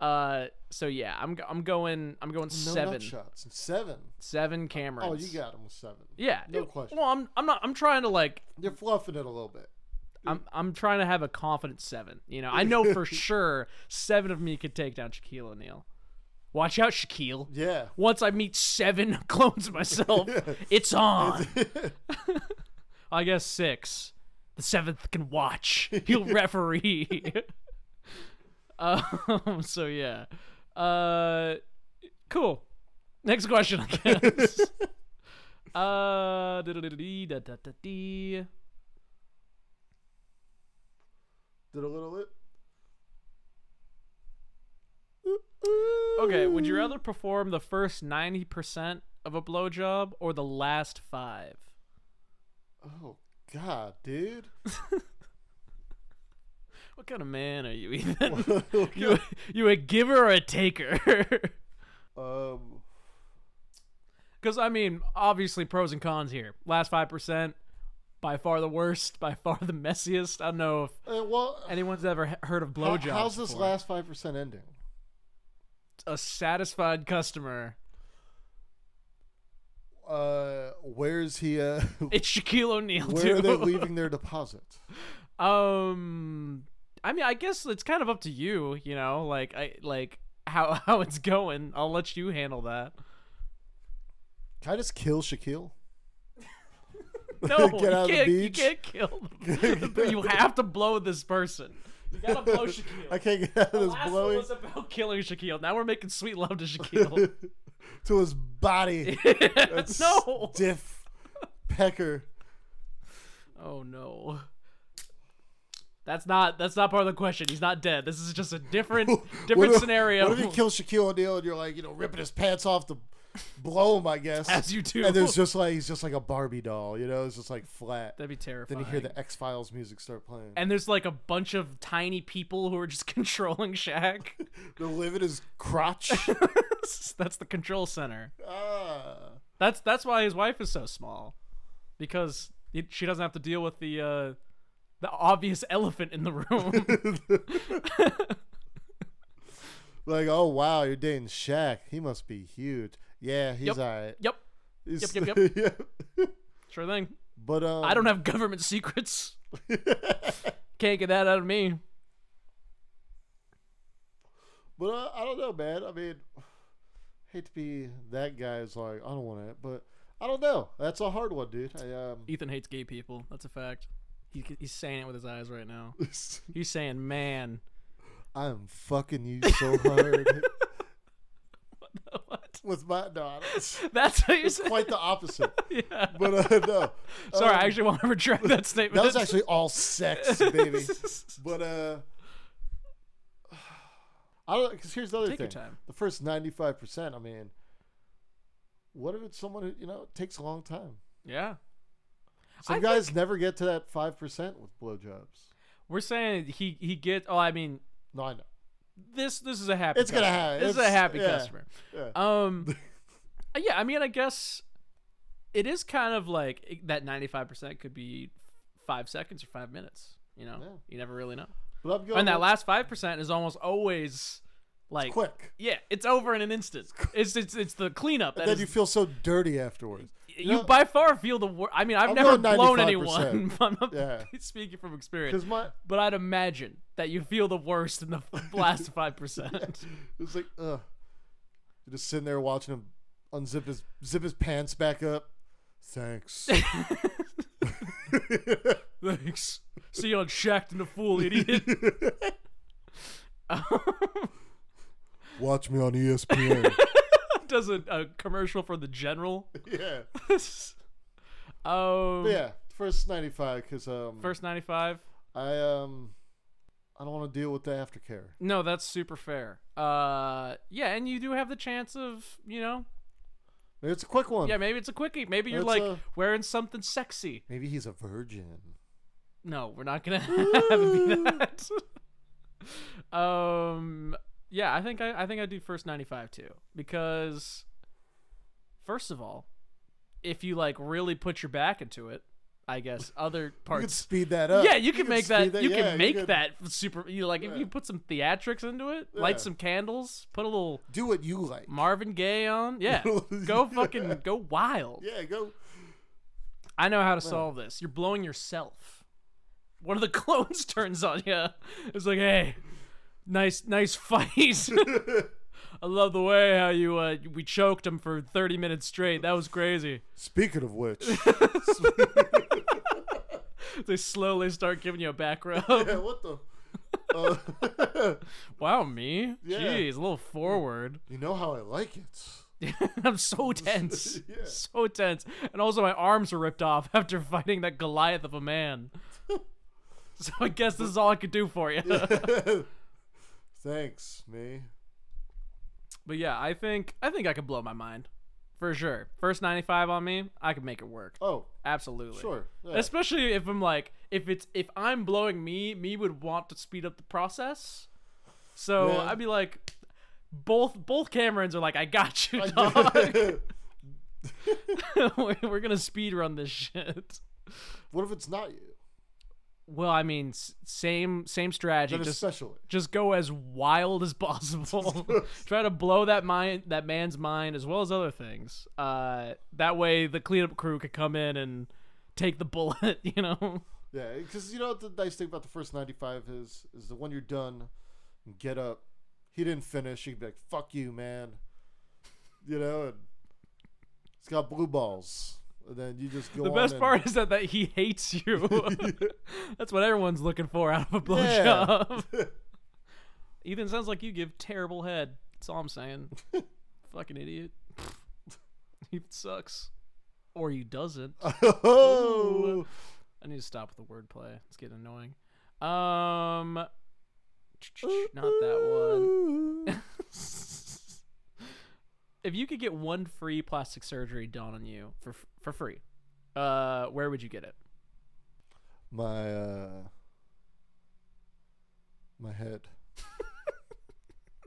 A: Uh, so yeah, I'm go- I'm going I'm going
B: No
A: seven
B: nut shots. Seven.
A: seven cameras.
B: Oh, you got them with seven.
A: yeah.
B: No
A: it-
B: question.
A: Well, I'm I'm not I'm trying to like
B: You're fluffing it a little bit.
A: I'm I'm trying to have a confident seven. You know, I know for sure seven of me could take down Shaquille O'Neal. Watch out, Shaquille.
B: Yeah.
A: Once I meet seven clones of myself, it's on. I guess six. The seventh can watch. He'll referee. um, so yeah. Uh, cool. Next question, I guess. uh, diddle-diddle-dee, da-da-da-dee.
B: Did a little bit.
A: Okay, would you rather perform the first 90% of a blowjob or the last five?
B: Oh God, dude.
A: What kind of man are you, Ethan? you, you a giver or a taker?
B: Um.
A: Because, I mean, obviously pros and cons here. Last 5%, by far the worst, by far the messiest. I don't know if
B: eh, Well,
A: anyone's ever he- heard of
B: how-
A: blowjobs.
B: how's this
A: before.
B: last five percent ending?
A: A satisfied customer.
B: Uh, where's he? Uh,
A: It's Shaquille O'Neal,
B: where are they
A: too.
B: leaving their deposit?
A: Um, I mean, I guess it's kind of up to you, you know, like I like how how it's going. I'll let you handle that.
B: Can I just kill Shaquille?
A: No, you,
B: Get out of the
A: can't, you
B: beach.
A: can't kill them. But you have to blow this person. You gotta blow Shaquille.
B: I can't get out of this
A: Last one
B: blowing
A: was about killing Shaquille. Now we're making sweet love to Shaquille.
B: to his body. That's
A: no.
B: Diff pecker.
A: Oh no. That's not that's not part of the question. He's not dead. This is just a different different
B: What if-
A: scenario.
B: What if you kill Shaquille O'Neal and you're like, you know, ripping his pants off to blow him? I guess
A: As you do.
B: And there's just like he's just like a Barbie doll, you know, it's just like flat.
A: That'd be terrifying.
B: Then you hear the X Files music start playing.
A: and there's like a bunch of tiny people who are just controlling Shaq.
B: They live in his crotch.
A: that's the control center.
B: ah.
A: That's that's why his wife is so small, because it, she doesn't have to deal with the uh, the obvious elephant in the room.
B: Like, oh wow, you're dating Shaq. He must be huge. Yeah, he's
A: Yep.
B: alright.
A: yep,
B: He's-
A: yep,
B: yeah.
A: sure thing.
B: But um,
A: I don't have government secrets. Can't get that out of me.
B: But uh, I don't know, man. I mean, hate to be that guy who's like, I don't want it, but I don't know. That's a hard one, dude. I um,
A: Ethan hates gay people. That's a fact. He, he's saying it with his eyes right now. He's saying, "Man,
B: I'm fucking you so hard
A: what?
B: with my daughters.
A: That's how you say."
B: Quite the opposite.
A: Yeah.
B: But uh, no,
A: Sorry,
B: Um,
A: I actually want to retract that statement.
B: that was actually all sex, baby. But uh, I don't. Because here's the other
A: Take your
B: thing:
A: time.
B: the first ninety-five percent. I mean, what if it's someone who you know it takes a long time?
A: yeah.
B: Some
A: I
B: guys never get to that five percent with blowjobs.
A: We're saying he he gets. Oh, I mean,
B: No, I know.
A: this this is a happy.
B: It's gonna
A: customer.
B: happen.
A: This is a
B: It's-
A: happy
B: yeah.
A: customer.
B: Yeah.
A: Um, yeah. I mean, I guess it is kind of like it- that. Ninety five percent could be five seconds or five minutes. You know,
B: Yeah.
A: you never really know.
B: But I'm going
A: And that
B: with
A: last five percent is almost always like
B: quick.
A: Yeah, it's over in an instant. It's it's it's the cleanup. That
B: then
A: is,
B: you
A: you,
B: feel so dirty afterwards. know-
A: by far feel the worst. I mean, I've
B: I'm
A: never
B: going
A: blown
B: 95%.
A: anyone. but I'm not
B: Yeah.
A: speaking from experience.
B: Because my
A: But I'd imagine that you feel the worst in the last five percent.
B: it's like ugh. You're just sitting there watching him unzip his zip his pants back up. Thanks.
A: Thanks. See you on Shacked and a Fool, idiot.
B: Watch me on E ESPN.
A: Does a, a commercial for the general.
B: yeah.
A: um,
B: But yeah. First ninety five because um
A: First 95.
B: I um I don't want to deal with the aftercare.
A: No, that's super fair. Uh, yeah, and you do have the chance of, you know,
B: Maybe it's a quick one.
A: yeah, maybe it's a quickie. Maybe you're
B: It's
A: like
B: a-
A: wearing something sexy.
B: Maybe he's a virgin.
A: No, we're not gonna have it be that. Um, yeah, I think I, I think I do first ninety five too because first of all, if you like really put your back into it, I guess other
B: You could
A: parts.
B: speed that up.
A: yeah, you can make
B: speed
A: that, You
B: yeah,
A: can make
B: could
A: that super. You like if
B: Yeah.
A: you put some theatrics into it,
B: Yeah.
A: light some candles, put a little
B: Do what you like.
A: Marvin Gaye on. Yeah, go fucking go wild.
B: Yeah, go.
A: I know how to solve this. You're blowing yourself. One of the clones turns on you. It's like, hey, nice, nice fight. I love the way how you uh, we choked him for 30 minutes straight. That was crazy.
B: Speaking of which,
A: They slowly start giving you a back rub.
B: yeah, what the? Uh,
A: Wow, me?
B: Yeah.
A: Jeez, a little forward.
B: you know how I like it.
A: I'm so tense.
B: Yeah.
A: So tense. And also, my arms are ripped off after fighting that Goliath of a man. so I guess this is all I could do for you.
B: Thanks, me.
A: But yeah, I think I think I could blow my mind. For sure. First 95 on me, I could make it work.
B: Oh,
A: Absolutely.
B: sure. Yeah.
A: Especially if I'm like if it's if I'm blowing me, me would want to speed up the process. So
B: Yeah.
A: I'd be like both both Camerons are like, I got you, dog.
B: what
A: We're- We're gonna speed run this shit.
B: if it's not you?
A: Well, I mean, s- same same strategy.
B: Then it's
A: Just
B: special.
A: just go as wild as possible. Try to blow that mind, that man's mind, as well as other things. Uh, that way, the cleanup crew could come in and take the bullet. You know,
B: Yeah, because you know what the nice thing about the first ninety-five is is the one you're done, get up. He didn't finish. You can be like, "Fuck you, man," you know. And he's got blue balls, and then you just go.
A: the
B: on
A: best
B: and-
A: part is that, that he hates you. That's what everyone's looking for out of a
B: Yeah.
A: blowjob. Ethan sounds like you give terrible head. That's all I'm saying. Fucking idiot. he sucks, or he doesn't.
B: oh,
A: I need to stop with the wordplay. It's getting annoying. Um, not that
B: one.
A: one. if you could get one free plastic surgery done on you for for free, uh, where would you get it?
B: my uh, my head.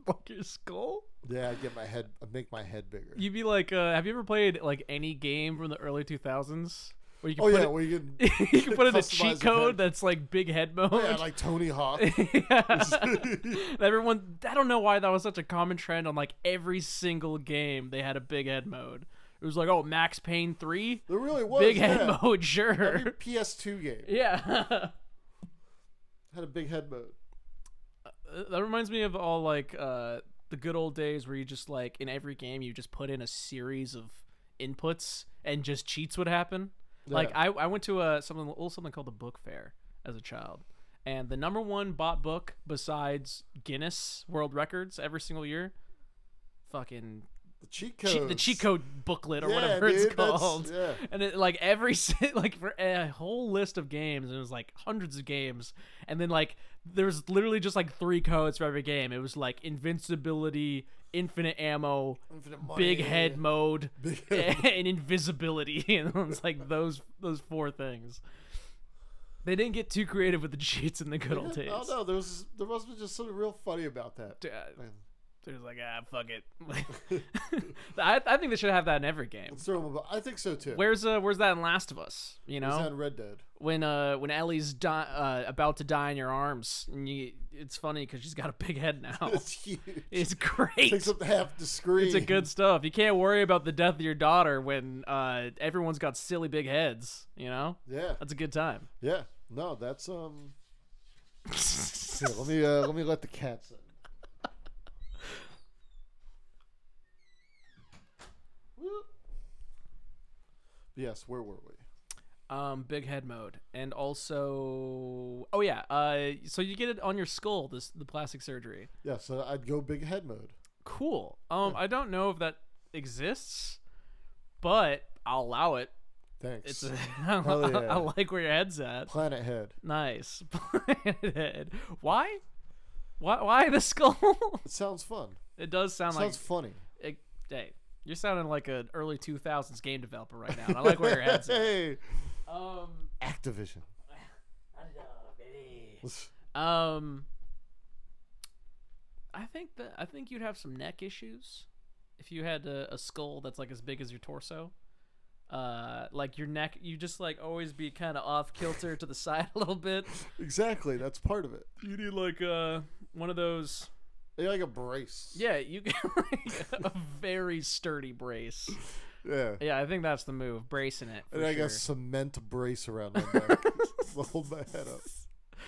A: Like your skull?
B: Yeah, I get my head. I make my head bigger.
A: You'd be like, uh, have you ever played like any game from the early two thousands where you can
B: oh
A: put
B: yeah,
A: it,
B: well you can.
A: you can put in a
B: customize
A: cheat
B: your head. Oh,
A: code that's like big head mode?
B: Yeah, like Tony Hawk.
A: Yeah. And everyone, I don't know why that was such a common trend on like every single game. They had a big head mode. It was like, oh, Max Payne three,
B: There really was
A: big
B: yeah.
A: head mode, sure.
B: Every PS2 game
A: yeah,
B: had a big head mode.
A: that reminds me of all like uh, the good old days where you just like in every game you just put in a series of inputs and just cheats would happen. Like
B: Yeah.
A: I, I went to a something little something called the book fair as a child. And the number one bought book besides Guinness World Records every single year, fucking
B: The cheat
A: cheat-
B: code.
A: the cheat code booklet or
B: Yeah,
A: whatever it's
B: dude, that's-
A: called.
B: yeah.
A: And it, like every si- like for a whole list of games, and it was like hundreds of games, and then like there was literally just like three codes for every game. It was like invincibility, infinite ammo,
B: Infinite money.
A: big head mode,
B: Big head
A: and invisibility. And it was like those those four things. They didn't get too creative with the cheats in the good old days.
B: Yeah, I don't know. There was there must have been just something real funny about that.
A: Uh,
B: Man,
A: They're just like, ah, fuck it. I, I think they should have that in every game.
B: Let's throw them. about- I think so too.
A: Where's uh where's that in Last of Us? You
B: It's
A: know
B: on Red Dead?
A: when uh when Ellie's di- uh, about to die in your arms, and you, it's funny because she's got a big head now.
B: It's huge.
A: it's great.
B: Takes up half the screen.
A: Oh. It's a good stuff. You can't worry about the death of your daughter when uh everyone's got silly big heads. You know
B: Yeah.
A: that's a good time.
B: Yeah. No, that's um. Here, let me uh, let me let the cats in. Whoop. Yes, where were we?
A: um, big head mode, and also oh yeah, uh so you get it on your skull this the plastic surgery.
B: Yeah, so uh, I'd go big head mode.
A: Cool. Um, I don't know if that exists, but I'll allow it.
B: Thanks.
A: It's a,
B: Hell yeah.
A: I like where your head's at.
B: Planet head.
A: Nice. Planet head. Why? Why? Why the skull?
B: It sounds fun.
A: it does sound
B: sounds funny.
A: like. it- hey, you're sounding like an early 2000s game developer right now. and I like where your head's at.
B: hey,
A: Um.
B: Activision.
A: Um. I think that I think you'd have some neck issues if you had a, a skull that's like as big as your torso. Uh, like your neck, you just like always be kind of off kilter to the side a little bit.
B: Exactly, that's part of it.
A: You need like uh one of those.
B: They like a brace.
A: Yeah, you get like a very sturdy brace.
B: yeah.
A: Yeah, I think that's the move, bracing it. For
B: And I
A: sure.
B: got a cement brace around my neck to hold my head up.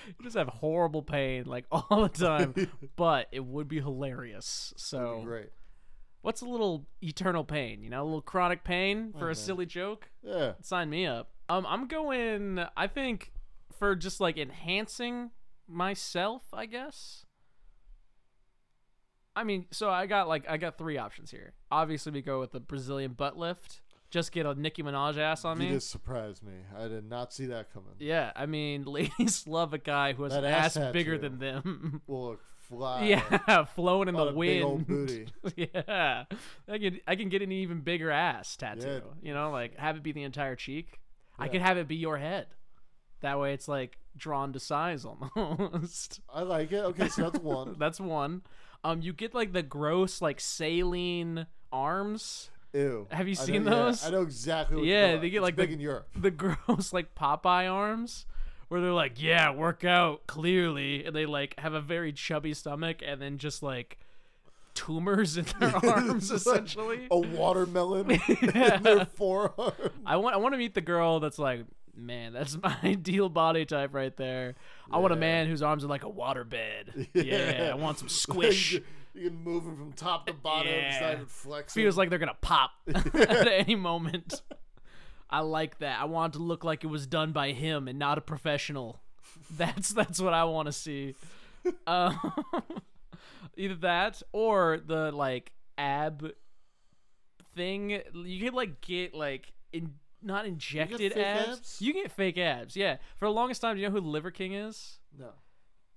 A: You just have horrible pain like all the time, but it would be hilarious. So
B: Great.
A: what's a little eternal pain? You know, a little chronic pain
B: Uh-huh.
A: for a silly joke.
B: Yeah.
A: Sign me up. Um, I'm going. I think for just like enhancing myself, I guess. I mean, so I got like I got three options here. Obviously, we go with the Brazilian butt lift. Just get a Nicki Minaj ass on me.
B: You just surprised me. I did not see that coming.
A: Yeah, I mean, ladies love a guy who has
B: That
A: an ass
B: ass
A: bigger
B: tattoo.
A: than them.
B: Will look fly.
A: yeah, flowing in
B: on
A: the
B: a
A: wind.
B: big old booty.
A: yeah, I can I can get an even bigger ass tattoo.
B: Yeah.
A: You know, like have it be the entire cheek. I could have it be your head. That way, it's like drawn to size almost.
B: I like it. Okay, so that's one.
A: That's one. Um, you get like the gross, like saline arms.
B: Ew.
A: Have you
B: I know-
A: seen
B: yeah,
A: those?
B: I know exactly. What you
A: Yeah,
B: mean.
A: they get
B: It's
A: like
B: big
A: the-
B: in Europe.
A: the gross like Popeye arms where they're like, yeah, work out clearly, and they like have a very chubby stomach and then just like tumors in their arms
B: It's like
A: essentially.
B: a watermelon in their forearm.
A: I want I want to meet the girl that's like, man, that's my ideal body type right there. I want a
B: Yeah.
A: man whose arms are like a waterbed. Yeah, I want some squish.
B: you can move them from top to bottom. It's
A: Yeah.
B: not even flexing.
A: Feels like they're gonna pop at any moment. I like that. I want it to look like it was done by him and not a professional. That's that's what I want to see. Um, either that or the like ab thing. You could like get like in not injected
B: fake
A: abs.
B: abs?
A: You can get fake abs. Yeah. For the longest time, do you know who Liver King is?
B: no.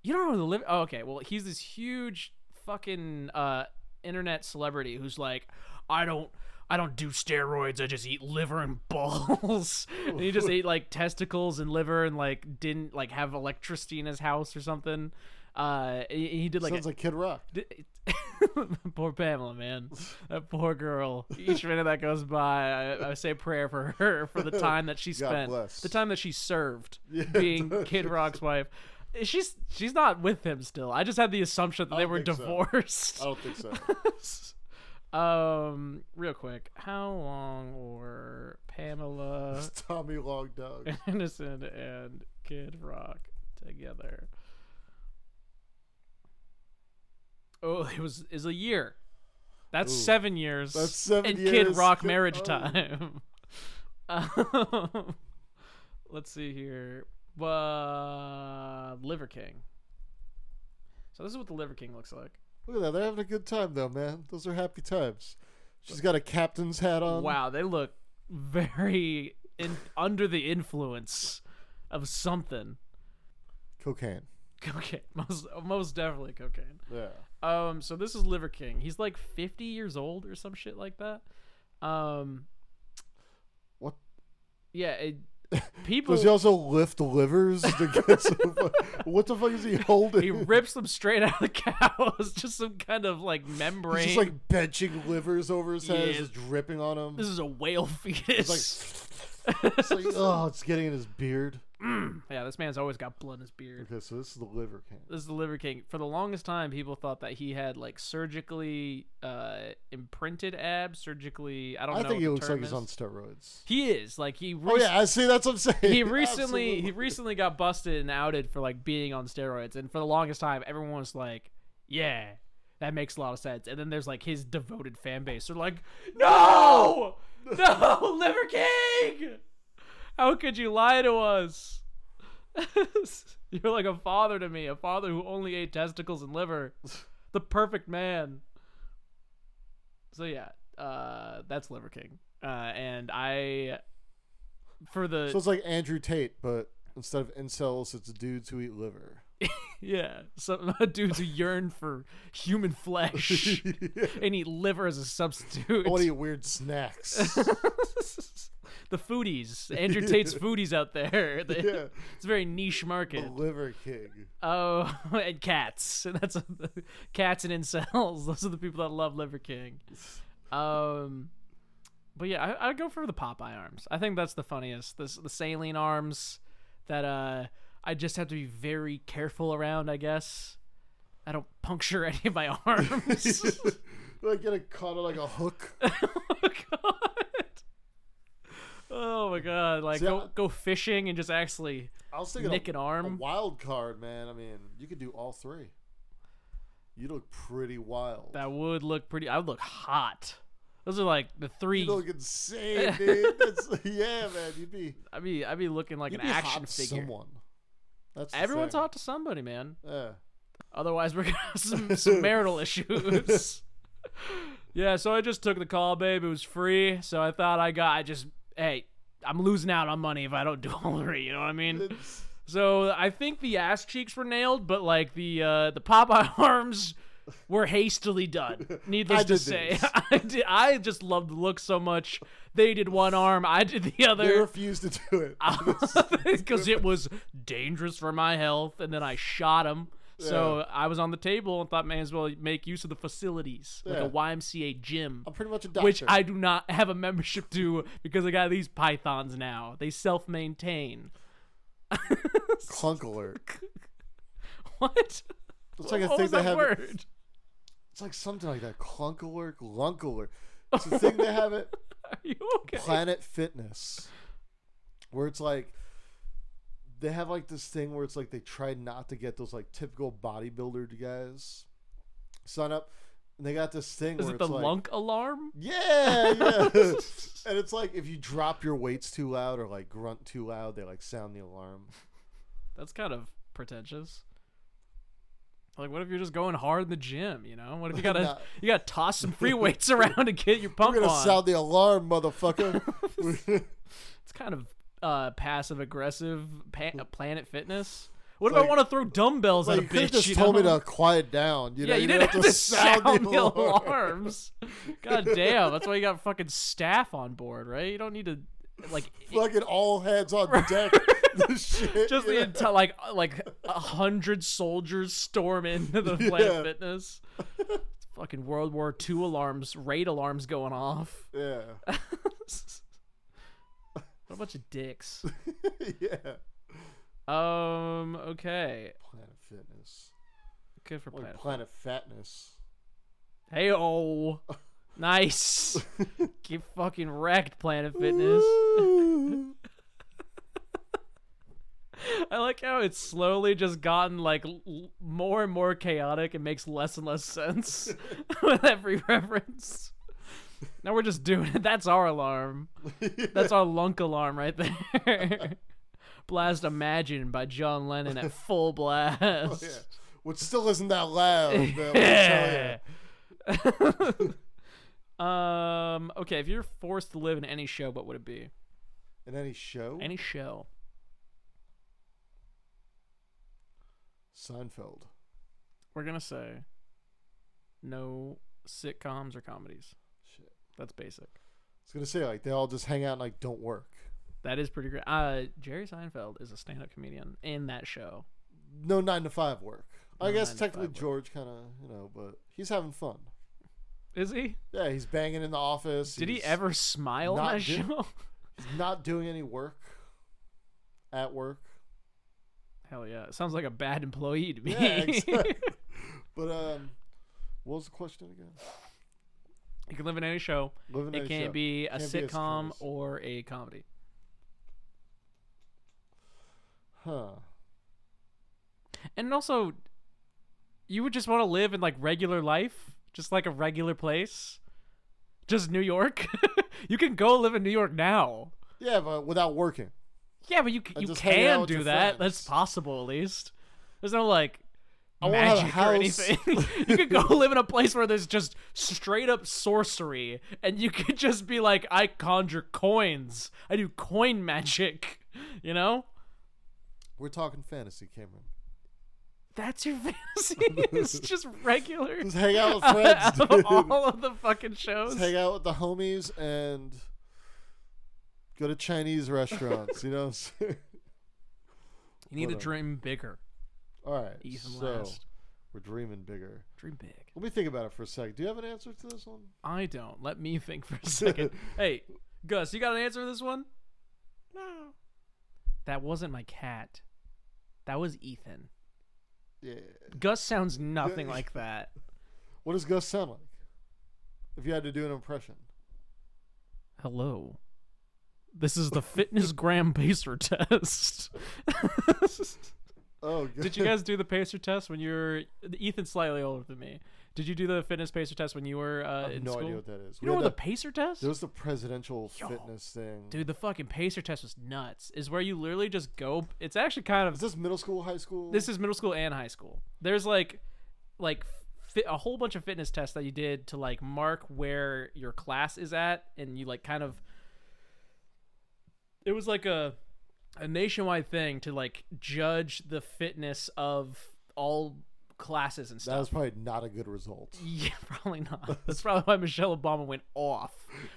A: You don't know who the live. Oh, okay. Well, he's this huge fucking uh, internet celebrity who's like, I don't, I don't do steroids. I just eat liver and balls. and he just ate like testicles and liver and like didn't like have electricity in his house or something. Uh, he, he did like a-
B: Sounds like Kid Rock.
A: D- it- poor Pamela, man. That poor girl. Each minute that goes by, I, I say a prayer for her for the time that she
B: God
A: spent,
B: bless.
A: the time that she served being Kid Rock's wife. She's she's not with him still. I just had the assumption that they
B: don't
A: were
B: think so. Oh.
A: divorced.
B: I don't think so.
A: Um, real quick, how long were Pamela
B: Tommy Long Dog.
A: Anderson and Kid Rock together? Oh, it was is a year. That's seven years.
B: That's seven
A: and Kid
B: years.
A: Rock
B: Kid-
A: marriage
B: oh.
A: time. Um, let's see here. Uh, Liver King. So this is what the Liver King looks like.
B: Look at that. They're having a good time though, man. Those are happy times. She's got a captain's hat on.
A: Wow, they look very in, under the influence of something.
B: Cocaine.
A: Cocaine, most most definitely cocaine.
B: Yeah.
A: Um, so this is Liver King. He's like fifty years old or some shit like that. Um,
B: What?
A: yeah, it, people.
B: Does he also lift livers to get some? what the fuck is he holding?
A: he rips them straight out of the cows. Just some kind of like membrane.
B: He's just like benching livers over his head,
A: Yeah.
B: it's just dripping on him.
A: this is a whale fetus.
B: It's like, it's like, oh, it's getting in his beard.
A: yeah, this man's always got blood in his beard.
B: Okay, so this is the liver can.
A: This is the Liver King. For the longest time, people thought that he had like surgically uh, imprinted abs, surgically. I don't know.
B: I think
A: what
B: he
A: the
B: looks
A: term
B: like he's
A: is.
B: on steroids.
A: He is like he.
B: Oh
A: Rec-
B: yeah, I see. That's what I'm saying.
A: He recently
B: Absolutely.
A: he recently got busted and outed for like being on steroids, and for the longest time, everyone was like, "Yeah, that makes a lot of sense." And then there's like his devoted fan base. They're like, "No, no, Liver King, how could you lie to us?" You're like a father to me, a father who only ate testicles and liver. The perfect man. So yeah, uh, that's Liver King, uh, and I for the
B: So it's like Andrew Tate, but instead of incels, it's dudes who eat liver.
A: yeah, some dudes who yearn for human flesh and eat liver as a substitute.
B: I want to eat weird snacks.
A: the foodies, Andrew Tate's foodies out there. They-
B: Yeah.
A: It's a very niche market.
B: The Liver King.
A: Oh, and cats. That's cats and incels. Those are the people that love Liver King. Um, but yeah, I, I'd go for the Popeye arms. I think that's the funniest. This the saline arms that uh, I just have to be very careful around. I guess I don't puncture any of my arms.
B: like get a caught on like a hook.
A: oh god. Oh my god! Like
B: See,
A: go
B: I-
A: go fishing and just actually
B: I was thinking
A: Nick
B: a,
A: an arm.
B: a wild card, man. I mean, you could do all three. You look pretty wild.
A: that would look pretty. I would look hot. Those are like the three.
B: you look insane, dude. That's, yeah, man. You'd be
A: I'd be I'd be looking like
B: you'd
A: an
B: be
A: action
B: hot to
A: figure.
B: Someone. That's the
A: Everyone's
B: thing.
A: hot to somebody, man.
B: Yeah.
A: Otherwise, we're gonna have some, some marital issues. yeah, so I just took the call, babe. It was free, so I thought I got. I just hey, I'm losing out on money if I don't do all three. You know what I mean?
B: It's-
A: So I think the ass cheeks were nailed, but like the uh, the Popeye arms were hastily done. Needless
B: I
A: to
B: did
A: say,
B: this.
A: I did, I just loved the look so much. They did one arm, I did the other.
B: they refuse to do it.
A: because it was dangerous for my health, and then I shot him. So I was on the table and thought, may as well make use of the facilities,
B: Yeah.
A: like a YMCA gym,
B: I'm pretty much a doctor.
A: which I do not have a membership to because I got these pythons now. They self maintain.
B: Clunk alert.
A: What?
B: It's like a
A: what
B: thing
A: was
B: they
A: that
B: have.
A: word?
B: It's like something like that. Clunk alert, lunk alert. It's a thing they have it.
A: Are you okay?
B: Planet Fitness, where it's like they have like this thing where it's like they try not to get those like typical bodybuilder guys sign up, and they got this thing
A: Is
B: where
A: it the
B: it's like,
A: lunk alarm?
B: yeah, yeah, and it's like if you drop your weights too loud or like grunt too loud, they like sound the alarm.
A: That's kind of pretentious. Like, what if you're just going hard in the gym? You know, what if you gotta
B: Nah.
A: you gotta toss some free weights around to get your pump
B: We're gonna
A: on?
B: sound the alarm, motherfucker.
A: It's kind of uh, passive aggressive. Pa- Planet Fitness. What if I
B: like-
A: want to throw dumbbells
B: like,
A: at
B: you
A: a
B: could
A: bitch?
B: have just
A: you
B: told
A: know?
B: me to quiet down. You
A: Yeah,
B: know,
A: you,
B: don't
A: didn't have to sound, the
B: alarm.
A: alarms. God damn, that's why you got fucking staff on board, right? You don't need to like
B: Fucking all hands on deck. This shit,
A: just
B: you
A: the
B: know?
A: entire like like a hundred soldiers storm into the
B: Yeah.
A: Planet Fitness. It's fucking World War II alarms, raid alarms going off.
B: Yeah.
A: what a bunch of dicks.
B: yeah.
A: Um. Okay.
B: Planet Fitness.
A: Good for
B: Like
A: Planet.
B: Planet Fatness.
A: Hey oh, nice. Get fucking wrecked, Planet Fitness.
B: Ooh.
A: I like how it's slowly just gotten like l- l- more and more chaotic and makes less and less sense with every reference. Now we're just doing it. That's our alarm. That's our lunk alarm right there. blast Imagine by John Lennon at full blast.
B: Oh, yeah. Which still isn't that loud. But yeah.
A: Yeah. um. Okay. If you're forced to live in any show, what would it be?
B: In any show?
A: Any show.
B: Seinfeld.
A: We're gonna say no sitcoms or comedies.
B: Shit.
A: That's basic.
B: I was gonna say like they all just hang out and like don't work.
A: That is pretty great. Uh, Jerry Seinfeld is a stand-up comedian in that show.
B: No nine to five work. I
A: No
B: guess
A: nine to
B: technically
A: five work.
B: George kind of you know, but he's having fun.
A: Is he?
B: Yeah, he's banging in the office.
A: Did he
B: he's
A: ever smile in
B: not
A: that
B: di-
A: show?
B: Not doing any work. At work.
A: Hell yeah! It sounds like a bad employee to me.
B: Yeah, exactly. But um, what was the question again?
A: you can live in any show.
B: Live in
A: it
B: any
A: can't
B: show.
A: be a
B: Can't be a
A: sitcom
B: sitcom.
A: or a comedy.
B: Huh.
A: And also, you would just want to live in like regular life, just like a regular place, just New York. you can go live in New York now.
B: Yeah, but without working.
A: Yeah, but you c-
B: And
A: you
B: just hang out
A: can
B: with
A: do
B: your
A: that.
B: friends.
A: That's possible at least. There's no like
B: wanna have a
A: magic or
B: house.
A: anything. you could go live in a place where there's just straight up sorcery, and you could just be like, I conjure coins. I do coin magic. You know.
B: We're talking fantasy, Cameron.
A: That's your fantasy. it's just regular.
B: Just hang out with friends,
A: out
B: dude.
A: of all of the fucking shows.
B: Just hang out with the homies and go to Chinese restaurants. you know. what I'm saying?
A: You need to
B: Whatever.
A: dream bigger.
B: All right.
A: Ethan
B: so
A: Last.
B: we're dreaming bigger.
A: Dream big.
B: Let me think about it for a sec. Do you have an answer to this one?
A: I don't. Let me think for a second. hey, Gus, you got an answer to this one? No. That wasn't my cat. That was Ethan.
B: Yeah.
A: Gus sounds nothing like that.
B: What does Gus sound like? If you had to do an impression.
A: Hello. This is the fitness gram pacer test.
B: Oh, Gus.
A: Did you guys do the pacer test when you were Ethan's slightly older than me? Did you do the fitness pacer test when you were uh,
B: I have
A: in
B: no
A: school?
B: idea what that is.
A: You
B: We
A: know
B: had
A: what the
B: that-
A: pacer test?
B: There was the presidential fitness thing.
A: Dude, the fucking pacer test was nuts. Is where you literally just go. It's actually kind of
B: Is this middle school, high school?
A: this is middle school and high school. There's like like fit, a whole bunch of fitness tests that you did to like mark where your class is at and you like kind of it was like a a nationwide thing to like judge the fitness of all classes and
B: that
A: stuff.
B: was probably not a good result.
A: yeah, probably not. That's probably why Michelle Obama went off.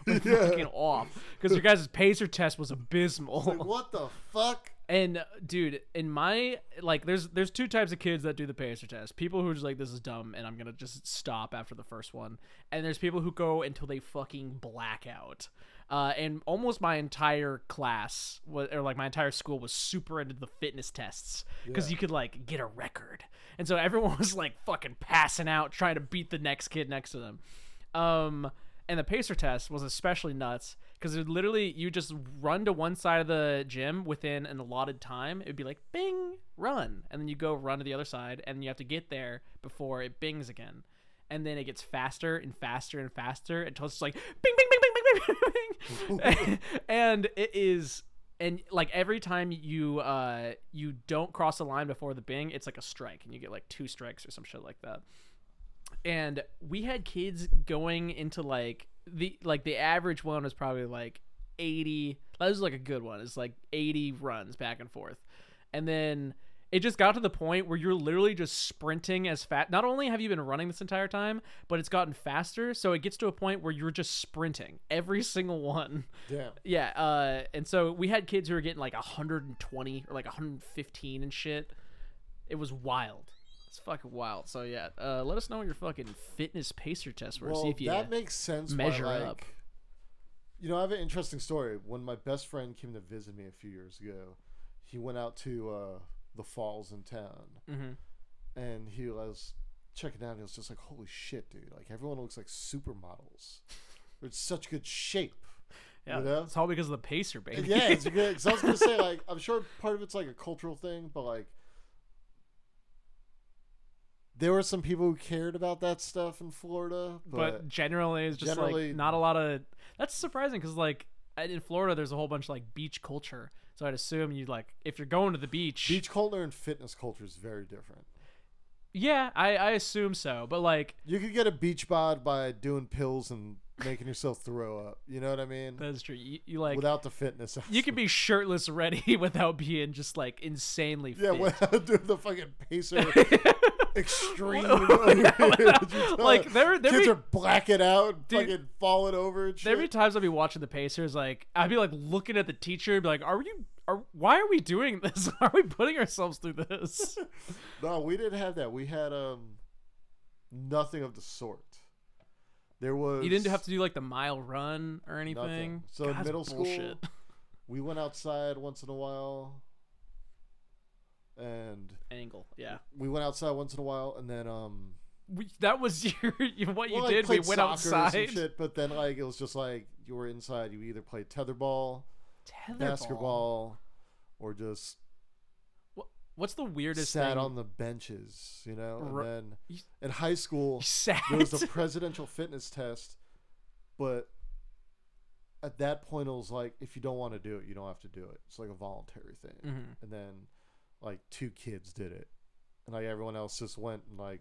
A: Went
B: Yeah.
A: fucking off. Because your guys' pacer test was abysmal.
B: Like, what the fuck?
A: And uh, dude, in my like, there's there's two types of kids that do the pacer test. People who are just like, this is dumb, and I'm gonna just stop after the first one. And there's people who go until they fucking black out. Uh, and almost my entire class was, or like my entire school was super into the fitness tests because you could like get a record. And so everyone was like fucking passing out trying to beat the next kid next to them. Um, and the pacer test was especially nuts because it literally you just run to one side of the gym within an allotted time. It'd be like bing, run, and then you go run to the other side, and you have to get there before it bings again. And then it gets faster and faster and faster until it's just like bing, bing, bing, bing, bing, bing, bing, bing. and it is, and like every time you uh you don't cross the line before the bing, it's like a strike, and you get like two strikes or some shit like that and we had kids going into like the like the average one was probably like 80 that was like a good one it's like 80 runs back and forth and then it just got to the point where you're literally just sprinting as fast not only have you been running this entire time but it's gotten faster so it gets to a point where you're just sprinting every single one
B: Damn.
A: yeah, uh, and so we had kids who were getting like 120 or like 115 and shit. It was wild. It's fucking wild. So yeah, uh, let us know what your fucking fitness pacer tests were.
B: Well,
A: See if you
B: that makes sense. why,
A: measure
B: like,
A: up.
B: You know, I have an interesting story. When my best friend came to visit me a few years ago, he went out to uh, the falls in town,
A: Mhm.
B: and he was checking out. And he was just like, "Holy shit, dude! Like everyone looks like supermodels. They're in such good shape."
A: yeah,
B: you know?
A: it's all because of the pacer, baby.
B: Yeah, it's good. Because I was gonna say, like, I'm sure part of it's like a cultural thing, but like, there were some people who cared about that stuff in Florida, but,
A: but generally, it's just
B: generally-
A: like not a lot of. That's surprising because like in Florida, there's a whole bunch of like beach culture. So I'd assume you like if you're going to the beach.
B: beach culture and fitness culture is very different.
A: Yeah, I I assume so. But like
B: You could get a beach bod by doing pills and making yourself throw up. You know what I mean?
A: that's true. You, you like
B: without the fitness,
A: You can be shirtless ready without being just like insanely
B: yeah,
A: fit.
B: without doing the fucking pacer. Extreme,
A: like, there- there
B: kids
A: be-
B: are blacking out,
A: Dude,
B: fucking falling over. And shit.
A: There'd be times I'd be watching the Pacers, like I'd be like looking at the teacher, and be like, "Are you? Are why are we doing this? Are we putting ourselves through this?"
B: No, we didn't have that. We had um nothing of the sort. There was
A: you didn't have to do like the mile run or anything.
B: So in
A: God, that's
B: middle school-
A: bullshit.
B: we went outside once in a while. And
A: angle, yeah,
B: we went outside once in a while and then um
A: we, that was your what you
B: well, like,
A: did. We
B: played
A: went
B: soccer or some
A: outside,
B: shit, but then like it was just like you were inside, you either played tetherball,
A: Tetherball.
B: basketball, or just
A: What, what's the weirdest
B: sat
A: thing?
B: on the benches, you know? And
A: Ru-
B: then
A: You-
B: in high school
A: sat.
B: there was the presidential fitness test, but at that point it was like, if you don't want to do it, you don't have to do it. It's like a voluntary thing.
A: Mhm.
B: And then like two kids did it, and like everyone else just went and like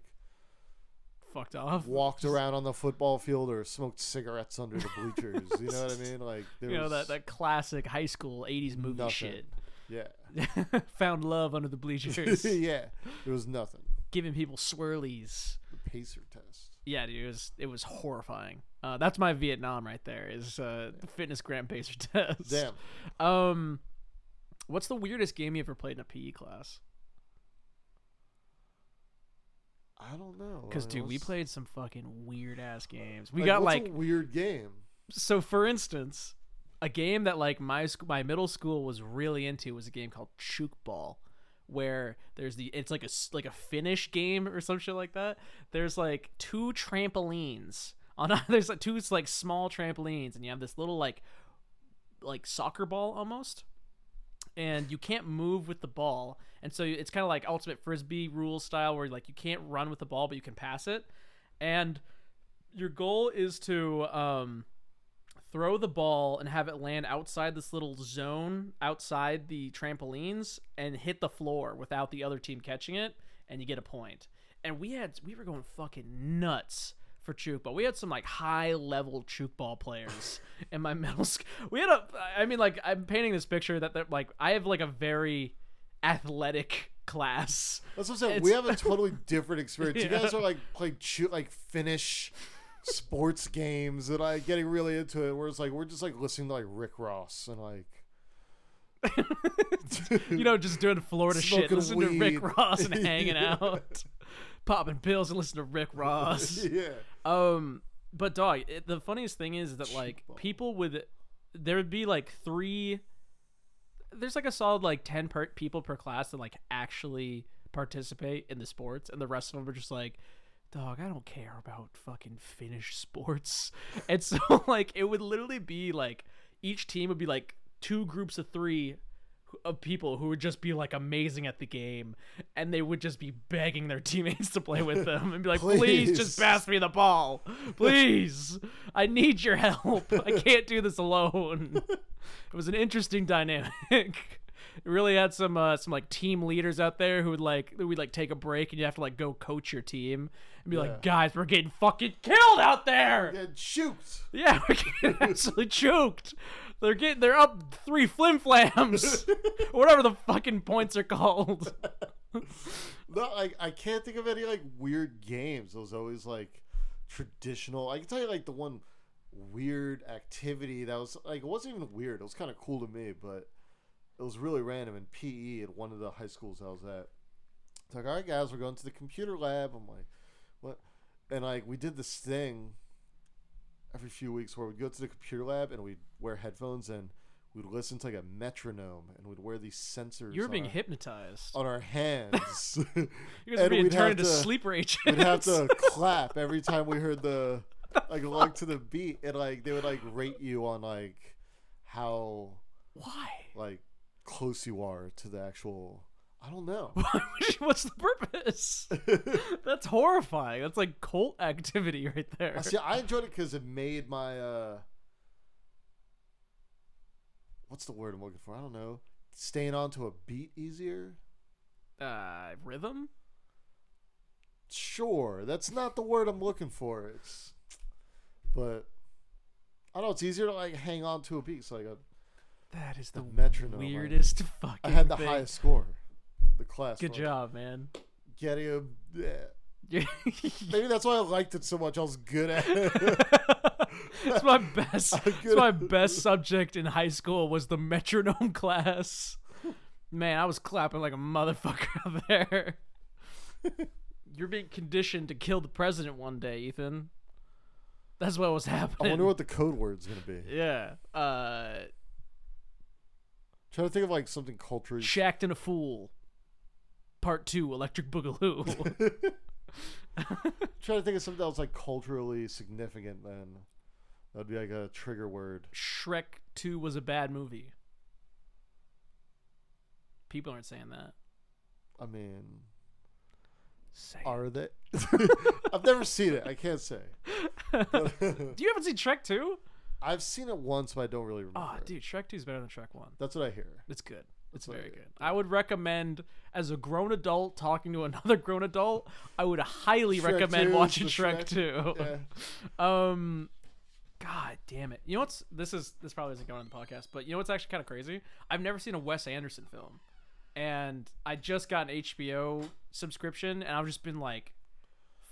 A: fucked off.
B: walked around on the football field or smoked cigarettes under the bleachers. you know what I mean? Like there
A: You know
B: was
A: that that classic high school '80s movie
B: nothing.
A: shit.
B: Yeah.
A: Found love under the bleachers.
B: yeah. It was nothing.
A: Giving people swirlies.
B: The pacer test.
A: Yeah, dude, it was it was horrifying. Uh, that's my Vietnam right there. Is uh, the fitness gram pacer test.
B: Damn.
A: Um, what's the weirdest game you ever played in a PE class?
B: I don't know.
A: Because
B: I
A: dude, we
B: was-
A: played some fucking weird ass games. We got
B: what's
A: like
B: a weird game.
A: so for instance, a game that like my sc- my middle school was really into was a game called Chook Ball, where there's the it's like a s- like a Finnish game or some shit like that. There's like two trampolines on there's like two like small trampolines, and you have this little like like soccer ball almost and you can't move with the ball. And so it's kind of like ultimate frisbee rule style where like you can't run with the ball but you can pass it. And your goal is to um throw the ball and have it land outside this little zone outside the trampolines and hit the floor without the other team catching it and you get a point. And we had we were going fucking nuts for chook ball. We had some like high level chook ball players in my middle school. We had a I mean like I'm painting this picture that they're like I have like a very athletic class.
B: That's what I'm saying.
A: It's-
B: We have a totally different experience. You
A: Yeah.
B: guys are like play shoot like Finnish sports games and like getting really into it. Where it's like we're just like listening to like Rick Ross and like
A: you know, just doing Florida shit,
B: Smoking
A: listening to Rick
B: weed.
A: Ross and hanging out, popping pills and listening to Rick Ross.
B: yeah.
A: Um, but dog, it, the funniest thing is that like
B: Cheekbone.
A: people would there would be like three. There's like a solid like ten per, people per class that like actually participate in the sports, and the rest of them are just like. Dog, I don't care about fucking Finnish sports. And so, like, it would literally be like each team would be like two groups of three of people who would just be like amazing at the game and they would just be begging their teammates to play with them and be like please, just
B: Please.
A: pass me the ball please i need your help i can't do this alone it was an interesting dynamic it really had some uh, some like team leaders out there who would like who would like take a break and you have to like go coach your team and be like guys we're getting fucking killed out there
B: And shoot.
A: yeah, we're getting absolutely choked. They're getting they're up three flim flams, whatever the fucking points are called.
B: No, like I can't think of any like weird games. It was always like traditional. I can tell you like the one weird activity that was like it wasn't even weird. It was kind of cool to me, but it was really random in PE at one of the high schools I was at. It's like, all right, guys, we're going to the computer lab. I'm like, what? And like we did this thing every few weeks where we'd go to the computer lab and we'd wear headphones and we'd listen to like a metronome and we'd wear these sensors.
A: You were
B: on
A: being
B: our-
A: hypnotized.
B: on our hands.
A: You guys were being
B: and Oh, we'd have
A: turned into
B: to-
A: sleeper agents.
B: We'd have to clap every time we heard the like along to the beat, and like they would like rate you on like how
A: Why?
B: like close you are to the actual. I don't know.
A: What's the purpose? That's horrifying. That's like cult activity right there.
B: See, I enjoyed it because it made my uh, what's the word I'm looking for? I don't know. Staying onto a beat easier.
A: Uh, rhythm?
B: Sure, that's not the word I'm looking for. It's, but I don't know. It's easier to like hang on to a beat. So like a
A: That is the,
B: metronome, I-
A: weirdest fucking.
B: oh I had the
A: thing.
B: highest score. The class.
A: Good
B: for
A: job, man.
B: Getting a. yeah.
A: It's
B: Maybe that's why I liked it so much. I was good at it.
A: my best. It's
B: good-
A: my best subject in high school was the metronome class. Man, I was clapping like a motherfucker out there. You're being conditioned to kill the president one day, Ethan. That's what was
B: I
A: happening.
B: wonder what the code word's gonna be.
A: yeah. Uh,
B: Trying to think of like something culturally.
A: shacked and a fool. Part two, Electric Boogaloo.
B: Trying to think of something that was like culturally significant. Then that'd be like a trigger word.
A: Shrek 2 was a bad movie. People aren't saying that.
B: I mean,
A: Say it.
B: are they? I've never seen it. I can't say.
A: Do you haven't seen Shrek 2?
B: I've seen it once, but I don't really remember.
A: Oh,
B: it.
A: dude, Shrek 2 is better than Shrek 1.
B: That's what I hear.
A: It's good. It's
B: what I
A: very
B: did.
A: good. I would recommend, as a grown adult talking to another grown adult, I would highly
B: Shrek
A: recommend
B: 2 is
A: watching
B: the
A: Shrek,
B: Shrek-
A: 2.
B: Yeah.
A: Um, God damn it! You know what's this is this probably isn't going on the podcast, but you know what's actually kind of crazy? I've never seen a Wes Anderson film, and I just got an HBO subscription, and I've just been like,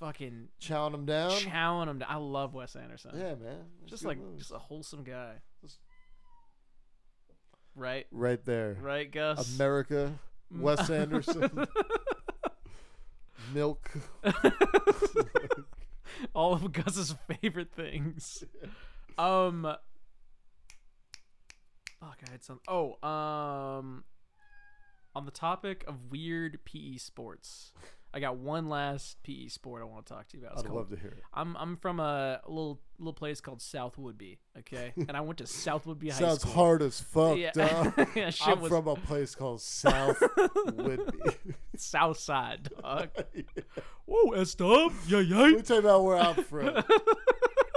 A: fucking
B: Chowing them down.
A: chowing him. To, I love Wes Anderson.
B: Um, yeah, man. It's
A: just
B: good
A: like
B: movies.
A: just a wholesome guy.
B: Just-
A: Right,
B: right there.
A: right, Gus.
B: America. Wes Anderson. Milk.
A: All of Gus's favorite things. Um. Fuck, I had some. Oh, um. On the topic of weird PE sports, I got one last PE sport I want to talk to you about. It's
B: I'd
A: called-
B: love to hear it.
A: I'm I'm from a little little place called South Woodby, okay, and I went to South Woodby High
B: Sounds
A: School.
B: hard as fuck,
A: Yeah.
B: dog.
A: Yeah, shit
B: I'm
A: was-
B: from a place called South Whitby.
A: South Side, dog.
B: Let
A: Whoa, S up, yeah, yeah.
B: me tell you about where I'm from.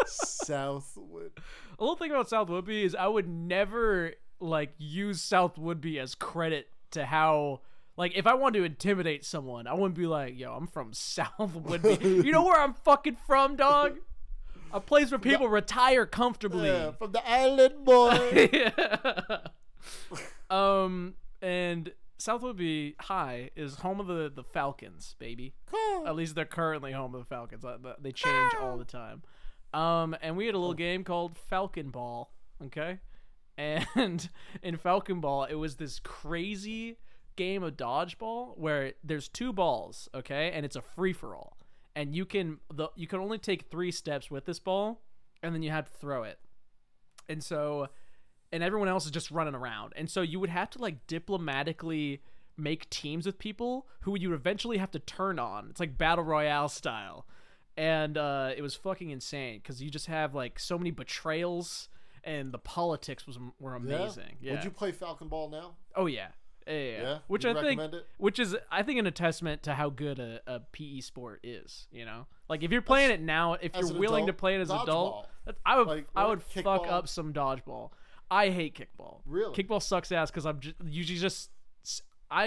B: South Whitby.
A: A little thing about South Woodby is I would never like use South Woodby as credit to how like if I wanted to intimidate someone, I wouldn't be like, "Yo, I'm from South Woodby." you know where I'm fucking from, dog? A place where people retire comfortably.
B: Yeah, from the island, boy.
A: um, and South Woodby High is home of the the Falcons, baby. At least they're currently home of the Falcons. Uh, th- They change all the time. Um, and we had a little game called Falcon Ball. Okay, and in Falcon Ball, it was this crazy game of dodgeball where there's two balls, okay, and it's a free for all, and you can the you can only take three steps with this ball, and then you have to throw it, and so and everyone else is just running around. And so you would have to like diplomatically make teams with people who you would eventually have to turn on. It's like battle royale style. And uh, it was fucking insane because you just have like so many betrayals and the politics was were amazing. Yeah.
B: Would you play Falcon Ball now?
A: oh yeah. Yeah, yeah, yeah.
B: Yeah?
A: which
B: You'd
A: I think,
B: recommend it?
A: which is I think an a testament to how good a, a PE sport is. You know, like if you're playing it now, if
B: as
A: you're
B: an
A: willing to
B: adult,
A: play it as an adult,
B: dodgeball.
A: that's- I would
B: Like,
A: I
B: or
A: would fuck
B: kickball.
A: up some dodgeball. I hate kickball.
B: Really?
A: Kickball sucks ass because I'm just, usually just I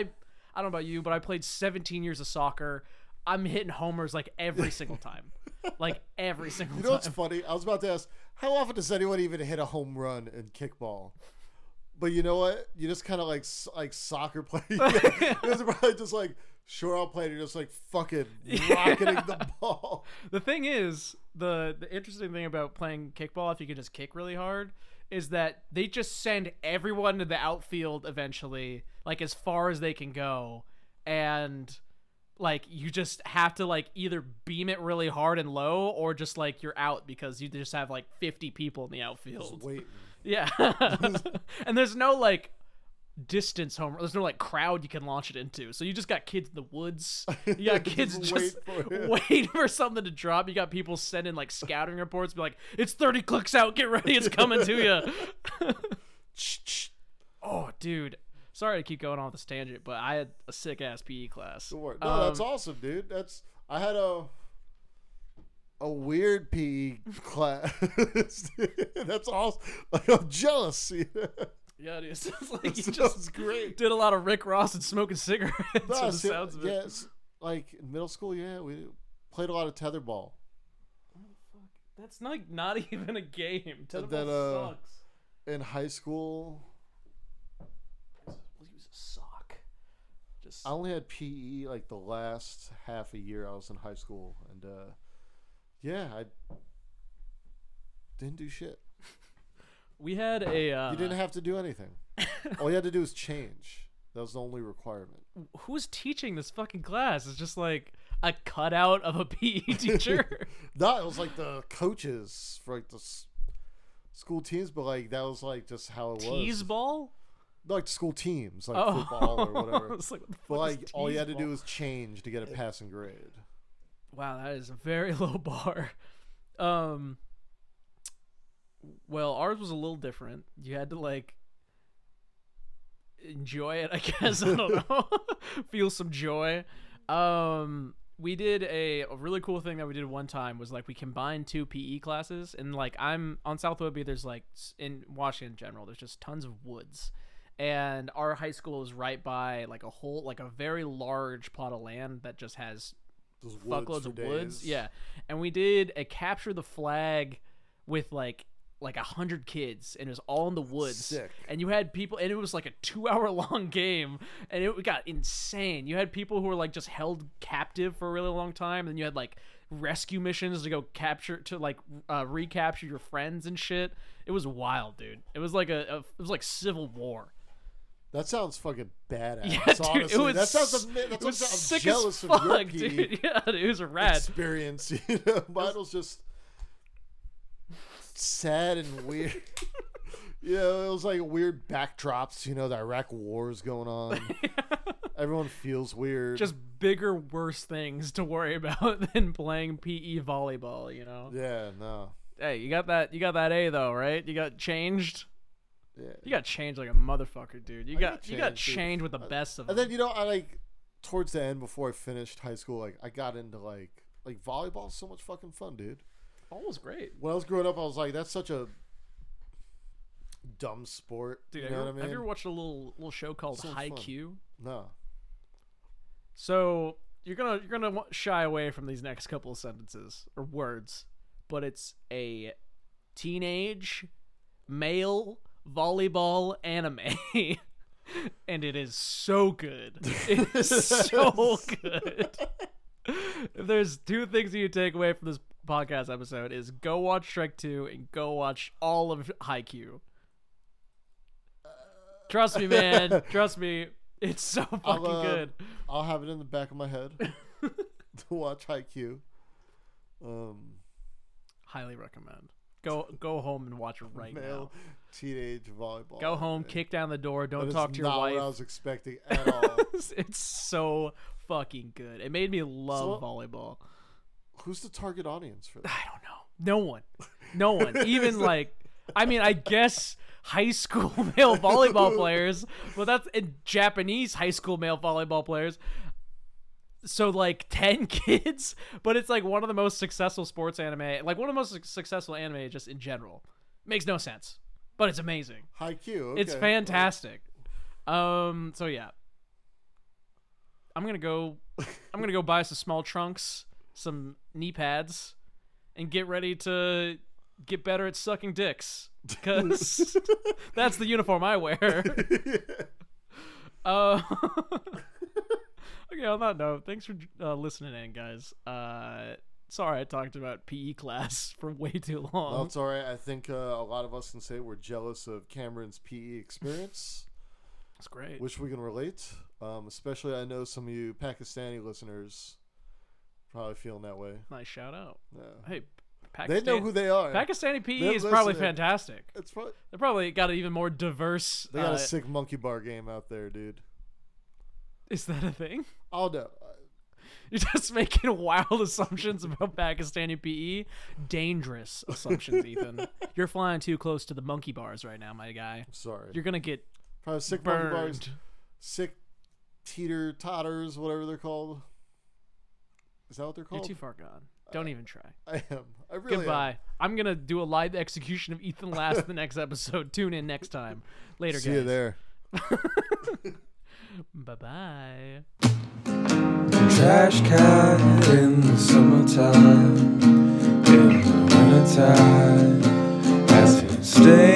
A: I don't know about you, but I played 17 years of soccer. I'm hitting homers like every single time, like every single
B: You know what's
A: time.
B: funny? I was about to ask, how often does anyone even hit a home run in kickball? But you know what? You just kind of like s- like soccer play. it's probably just like sure I'll play. it. You're just like fucking rocketing the ball.
A: The thing is, the the interesting thing about playing kickball, if you can just kick really hard, is that they just send everyone to the outfield eventually, like as far as they can go, and like you just have to like either beam it really hard and low, or just like you're out because you just have like 50 people in the outfield.
B: Wait,
A: Yeah, and there's no like distance home there's no like crowd you can launch it into so you just got kids in the woods you got kids
B: Just
A: just
B: wait for
A: waiting
B: it.
A: for, something to drop you got people sending like scouting reports be like it's 30 clicks out get ready it's coming to you oh dude sorry to keep going on this tangent but i had a sick ass pe class Um,
B: don't worry. No, that's awesome, dude. That's I had a a weird PE class. that's awesome. Like I'm jealous. you know?
A: yeah dude it's just like you
B: That
A: just
B: sounds great.
A: did a lot of rick ross and smoking cigarettes
B: No,
A: by the
B: see,
A: sounds of it.
B: yeah, it's- like in middle school, yeah, we played a lot of tetherball.
A: that's not not even a game
B: And
A: Tetherball
B: then, uh,
A: sucks
B: in high school,
A: we'll use a sock. Just
B: I only had PE like the last half a year I was in high school, and uh, yeah, I didn't do shit.
A: we had a uh,
B: You didn't have to do anything. All you had to do was change. That was the only requirement.
A: who's teaching this fucking class? It's just like a cutout of a PE teacher.
B: No, it was like the coaches for like the s- school teams, but like that was like just how it
A: Tease
B: was.
A: ball.
B: Like school teams, like
A: Oh,
B: football or
A: I
B: whatever.
A: was like, what the
B: But
A: fuck is
B: like all you
A: tease
B: had to
A: ball?
B: do was change to get a passing grade.
A: Wow, that is a very low bar. Um well, ours was a little different. You had to like enjoy it, I guess. I don't know. Feel some joy. Um we did a, a really cool thing that we did one time was like we combined two PE classes and like I'm on South Whitby there's like s- in Washington in general there's just tons of woods and our high school is right by like a whole like a very large plot of land that just has
B: Those woods
A: fuckloads
B: for
A: of woods.
B: days.
A: Yeah. And we did a capture the flag with like like a hundred kids, and it was all in the woods.
B: Sick.
A: And you had people, and it was like a two-hour-long game, and it got insane. You had people who were like just held captive for a really long time, and you had like rescue missions to go capture to like uh, recapture your friends and shit. It was wild, dude. It was like a, a it was like civil war.
B: That sounds fucking badass.
A: Yeah, dude,
B: honestly,
A: it was
B: that sounds.
A: s-
B: ama-
A: it was
B: That's what I'm
A: sick
B: jealous
A: as fuck,
B: of your PD
A: dude. Yeah, dude, it was rad.
B: experience. You know, mine was just sad and weird. you know, it was like weird backdrops. You know, the Iraq War is going on. Everyone feels weird.
A: Just bigger, worse things to worry about than playing PE volleyball. You know.
B: yeah, no,
A: Hey, you got that? You got that A though, right? You got changed.
B: yeah.
A: You got changed like a motherfucker, dude. You
B: I
A: got,
B: got
A: you got
B: changed, dude.
A: changed with the best of
B: And
A: them.
B: then you know, I like towards the end before I finished high school, like I got into like like volleyball. So much fucking fun, dude.
A: All was great,
B: When I was growing up, I was like, that's such a dumb sport.
A: dude.
B: you
A: have,
B: know
A: you,
B: what I mean?
A: have you ever watched a little little show called
B: So much
A: High
B: fun.
A: Q?
B: no.
A: So you're gonna you're gonna wa- shy away from these next couple of sentences or words, but it's a teenage male volleyball anime, and it is so good. It's so good. If there's two things you take away from this podcast episode is go watch Shrek 2 and go watch all of Haikyuu. Trust me, man. Trust me. It's so fucking
B: I'll, uh,
A: good.
B: I'll have it in the back of my head to watch Haikyuu. Um,
A: highly recommend. Go go home and watch it right
B: male teenage volleyball.
A: now. Go home,
B: That
A: kick down the door, don't
B: is
A: talk to your
B: not
A: wife.
B: What I was expecting at all.
A: it's so fucking good. It made me love
B: So-
A: volleyball.
B: Who's the target audience for that?
A: I don't know. No one. No one. Even like I mean, I guess high school male volleyball players, well that's in Japanese high school male volleyball players. So like 10 kids, but it's like one of the most successful sports anime, like one of the most successful anime just in general. Makes no sense, but it's amazing.
B: Haikyuu. Okay.
A: It's fantastic. Um. So yeah, I'm gonna go. I'm gonna go buy some small trunks, some knee pads, and get ready to get better at sucking dicks because that's the uniform I wear. Uh, okay. On that note, thanks for uh, listening in, guys. Uh, sorry I talked about PE class for way too long.
B: Well, it's all right. I think uh, a lot of us can say we're jealous of Cameron's PE experience.
A: That's great.
B: Wish we can relate. Um, especially, I know some of you Pakistani listeners probably feeling that way.
A: Nice shout out.
B: Yeah.
A: Hey,
B: They
A: Pakistan.
B: know who they are.
A: Pakistani PE
B: They're
A: is probably
B: listening.
A: fantastic.
B: It's probably
A: They probably got an even more diverse.
B: they got
A: uh,
B: a sick monkey bar game out there, dude.
A: is that a thing?
B: Oh no.
A: You're just making wild assumptions about Pakistani PE. Dangerous assumptions, Ethan. You're flying too close to the monkey bars right now, my guy.
B: Sorry.
A: You're gonna get
B: Probably sick monkey bars,
A: burned.
B: sick teeter totters, whatever they're called. Is that what they're
A: You're
B: called?
A: too far gone. Don't even try.
B: I am. I Oh. Uh, really uh,
A: Goodbye.
B: am.
A: I'm gonna do a live execution of Ethan Last in the next episode. Tune in next time. Later,
B: See
A: guys.
B: you there.
A: Bye bye.
C: Trash can in the summertime, in the wintertime, as it stays.